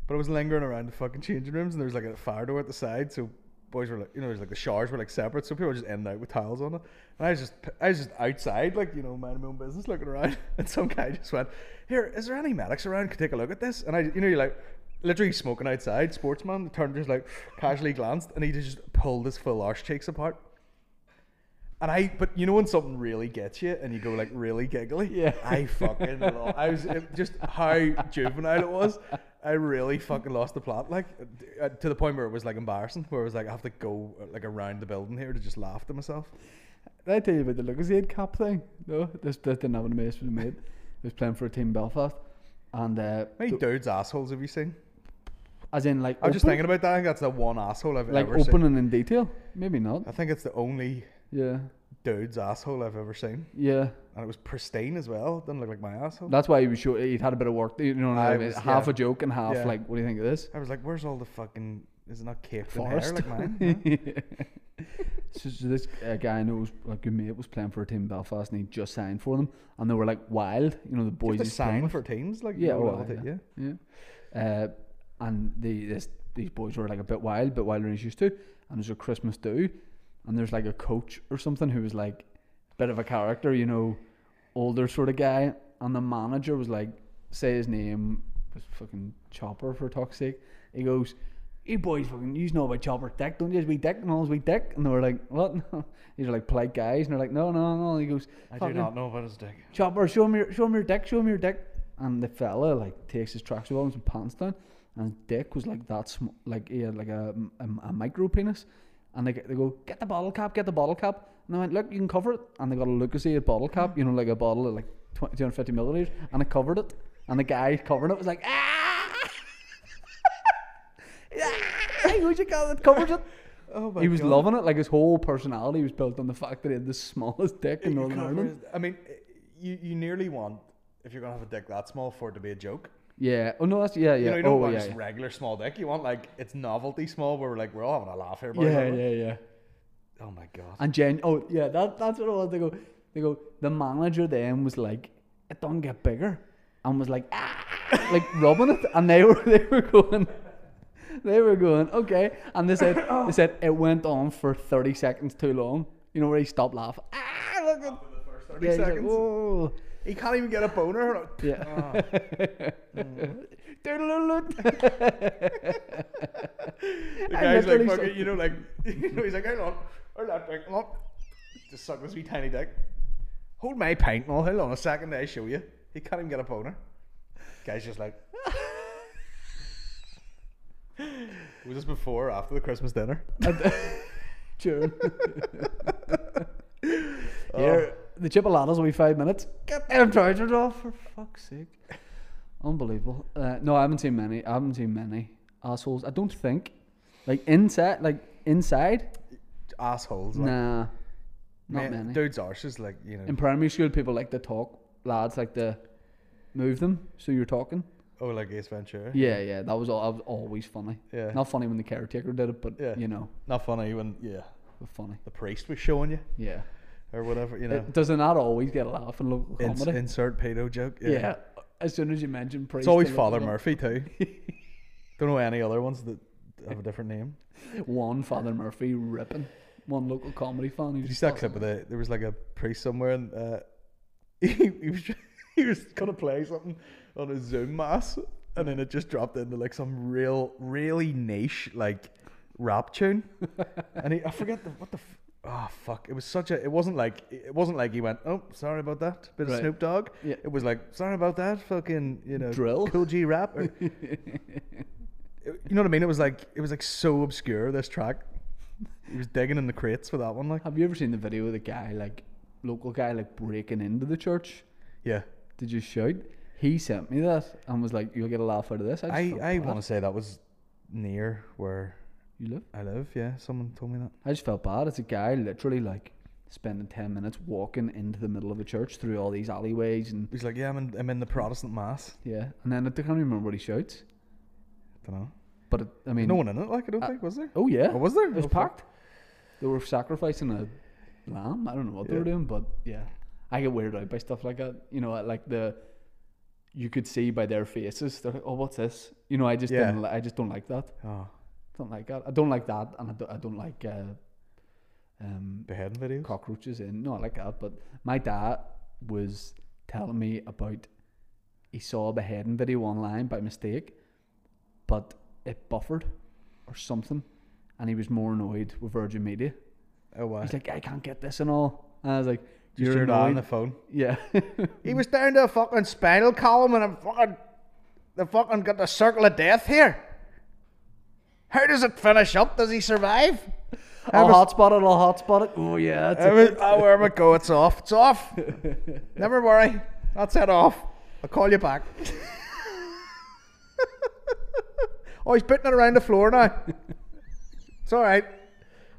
But I was lingering around the fucking changing rooms, and there was like a fire door at the side. So boys were like, you know, there's like the showers were like separate, so people were just in and out with towels on it. And I was just, I was just outside, like you know, minding my own business, looking around, [LAUGHS] and some guy just went, "Here, is there any medics around? Could take a look at this." And I, you know, you're like. Literally smoking outside, sportsman turned just like casually glanced, and he just pulled his full arse cheeks apart. And I, but you know when something really gets you and you go like really giggly?
Yeah.
I fucking, lo- I was it, just how juvenile it was. I really fucking lost the plot, like uh, to the point where it was like embarrassing, where it was like I have to go uh, like around the building here to just laugh to myself.
Did I tell you about the Lucas Aid Cup thing? No, this, this didn't happen to me. This was a mate. I was playing for a team in Belfast. And, uh,
How many dudes assholes have you seen?
as in, like,
I was just
open-
thinking about that. I think that's the one asshole I've
like
ever
open
seen.
and in detail. Maybe not.
I think it's the only
Yeah,
dude's asshole I've ever seen,
yeah.
and it was pristine as well. It didn't look like my asshole.
That's why he was sure he'd had a bit of work. You know, what I
I
mean?
was-
half
yeah.
a joke and half
Yeah.
like, what do you think of this?
I was like, where's all the fucking? Is it not caked
Forest.
in hair
[LAUGHS]
like mine? Huh?
so, so this uh, guy I know, was, like a mate, was playing for a team in Belfast, and he just signed for them, and they were like wild. You know, the boys
Is it
he's playing
signed
with.
for teams? Like
Yeah,
you know,
oh,
level
aye,
t-
yeah. Yeah. Uh, and the this these boys were like a bit wild, bit wilder than they used to. And there's a Christmas do, and there's like a coach or something who was like bit of a character, you know, older sort of guy. And the manager was like, say his name was fucking Chopper for talk's sake. He goes, "You boys, fucking, you know about Chopper Dick, don't you? His wee dick and all his wee dick." And they were like, "What?" [LAUGHS] These are like polite guys, and they're like, "No, no, no." He goes,
I do
"Fucking-
not know about his dick.
Chopper, show him your show him your dick, show him your dick. And the fella like takes his tracksuit on and pants down, and his dick was like that, sm- like he had like a, a, a micro penis. And they, g- they go get the bottle cap, get the bottle cap. And I went look, you can cover it. And they got a Lucasade bottle cap, you know, like a bottle of like 20, 250 milliliters, and it covered it. And the guy covering it was like ah. [LAUGHS] Ah, [LAUGHS] he goes, "You got it, covers [LAUGHS] it.
Oh my
he was
God.
loving it. Like his whole personality was built on the fact that he had the smallest dick in Northern Ireland.
I mean, you, you nearly want if you're gonna have a dick that small for it to be a joke.
Yeah. Oh no, that's yeah, yeah.
You know, you don't
oh
want
yeah.
just
yeah.
regular small dick. You want like it's novelty small, where we're like we're all having a laugh here. boys,
Yeah,
aren't we?
yeah, yeah.
Oh my god.
And Jen, oh yeah, that, that's what it was. They go, they go. The manager then was like, "It don't get bigger," and was like, "Ah," like rubbing it, and they were [LAUGHS] they were going, they were going, okay. And they
[GASPS]
said they said it went on for thirty seconds too long. You know where he stopped laughing. Ah, look at
After the first thirty
yeah, he's like,
seconds, Ah.
"Whoa."
he can't even get a boner.
Yeah. [LAUGHS]
Mm.
Doodle-doodle-doot.
The
I
guy's like
literally
fucking,
saw-
you know, like [LAUGHS] you know, he's like, hang on, hold that drink, hold on. just suck this wee tiny dick. Hold my pint, now. Hold on a second, I show you. He can't even get a boner. Guy's just like. [LAUGHS] Was this before or after the Christmas dinner?
Sure.
Oh.
Here, the chipolatas will be five minutes. Get them trousers off, for fuck's sake. Unbelievable. Uh, no, I haven't seen many. I haven't seen many assholes. I don't think. Like inside, like inside.
Assholes. Like,
Nah, not
man,
many.
Dude's arse is like, you know.
In primary school, people like to talk. Lads like to move them so you're talking.
Oh, like Ace Ventura.
Yeah, yeah, that was all. That was always funny.
Yeah.
Not funny when the caretaker did it, but
Yeah.
you know,
Not funny when yeah
but funny.
the priest was showing you
Yeah.
or whatever. You know,
It- does it not always get a laugh in local
Ins-
comedy?
insert pedo joke.
yeah. As soon as you mention priest,
It's always
they look
Father
at
Murphy too. Don't know any other ones that have a different name.
him. One Father Murphy ripping one local comedy fan. who
Did you
just
see that
doesn't-
clip of the? There was like a priest somewhere, and uh, [LAUGHS] he, he was [LAUGHS] he was gonna play something on a Zoom mass, and then it just dropped into like some real, really niche like rap
[LAUGHS]
tune, and he, I forget the what the. F- Oh fuck! It was such a. It wasn't like it wasn't like he went. Oh, sorry about that. Bit of
Right.
Snoop Dogg.
Yeah.
It was like sorry about that. Fucking you know
Drill.
Cool G
[LAUGHS]
rap. or- you know what I mean? It was like it was like so obscure. This track. He was digging in the crates for that one. Like
Have you ever seen the video of the guy like local guy like breaking into the church?
yeah.
Did you shout? He sent me that and was like, "You'll get a laugh out of this." I, just
I,
felt
I
bad.
want to say that was near where
You live?
I live. Yeah, someone told me that.
I just felt bad. It's a guy literally like spending ten minutes walking into the middle of a church through all these alleyways and
He's like, yeah, I'm in, I'm in the Protestant mass.
yeah, and then I can't remember what he shouts.
Don't know.
But it, I mean,
No one in it. Like I don't
Uh,
think was there.
Oh yeah,
Oh, was there?
It was
Oh, fuck.
packed. They were sacrificing a lamb. I don't know what they were
Yeah.
doing, but yeah, I get weirded out by stuff like that. You know, like the you could see by their faces, they're like, "Oh, what's this?" You know, I just
Yeah.
didn't. Li- I just don't like that.
uh,
Oh,
Don't like that. I don't like that, and I don't, I don't like uh, um,
beheading videos.
cockroaches in. No, I like that. But my dad was telling me about he saw a beheading video online by mistake, but it buffered or something, and he was more annoyed with Virgin Media.
Oh wow.
He's like, I can't get this and all. And I was like,
Just
You're
your dad on
annoyed.
the phone. [LAUGHS]
yeah.
He was down to a fucking spinal column and I'm fucking. They fucking got the circle of death here. How does it finish up? Does he survive?
[LAUGHS] I'll hotspot it. I'll hotspot it. Oh yeah, that's
I
it.
was, oh, where am I go? It's off. It's off. Never worry. That's it off. I'll call you back. oh, he's putting it around the floor now. It's all right.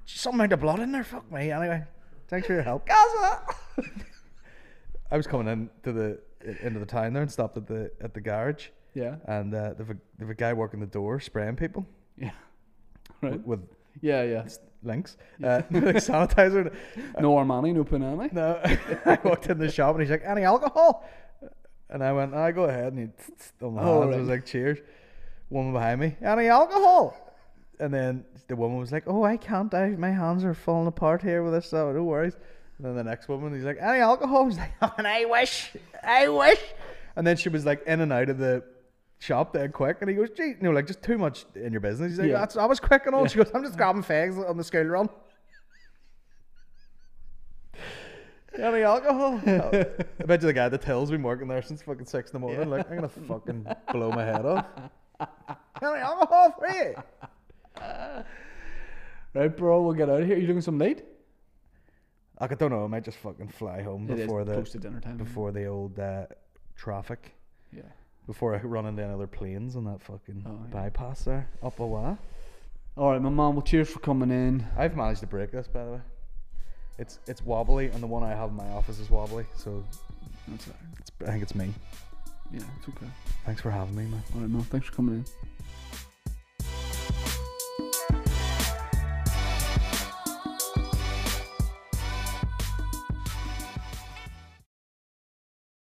Some amount of blood in there. Fuck me. Anyway, thanks for your help. [LAUGHS]
I was coming in to the into the town there and stopped at the at the garage.
yeah,
And uh, there was a- there was a guy working the door spraying people [LAUGHS]
yeah, right.
with
[LAUGHS] Yeah, yeah.
links,
[LAUGHS]
uh, like sanitizer.
No Armani, no Panani.
No, [LAUGHS] I walked in the shop and he's like, "Any alcohol?" And I went, "I go ahead." And he t- t- on my
Oh,
hands. I
right.
was like, "Cheers." Woman behind me, "Any alcohol?" And then the woman was like, "Oh, I can't. I, my hands are falling apart here with this. So no worries." And then the next woman, he's like, "Any alcohol?" He's like, "Oh,
And I wish. I wish.
and then she was like in and out of the shop there quick. And he goes, gee, no, like just too much in your business. He's like,
Yeah.
That's, I was quick and all. She goes,
I'm just grabbing fags on the school run.
[LAUGHS]
any alcohol? I bet you the guy at the till's been working there since fucking six in the morning. Like, I'm going to fucking blow my head off.
Any alcohol for you?
Right, bro. We'll get out of here. You doing some late?
Like, I don't know. I might just fucking fly home
It is
before the
close to dinner time.
before the old uh, traffic.
Yeah.
Before I run into any other planes on that fucking
Oh, yeah.
bypass there, up Awa.
All right, my mom. Well, cheers for coming in.
I've managed to break this, by the way. It's it's wobbly, and the one I have in my office is wobbly. So
That's all right.
it's, I think it's me.
Yeah, it's okay.
Thanks for having me, man.
All right, mom. Thanks for coming in.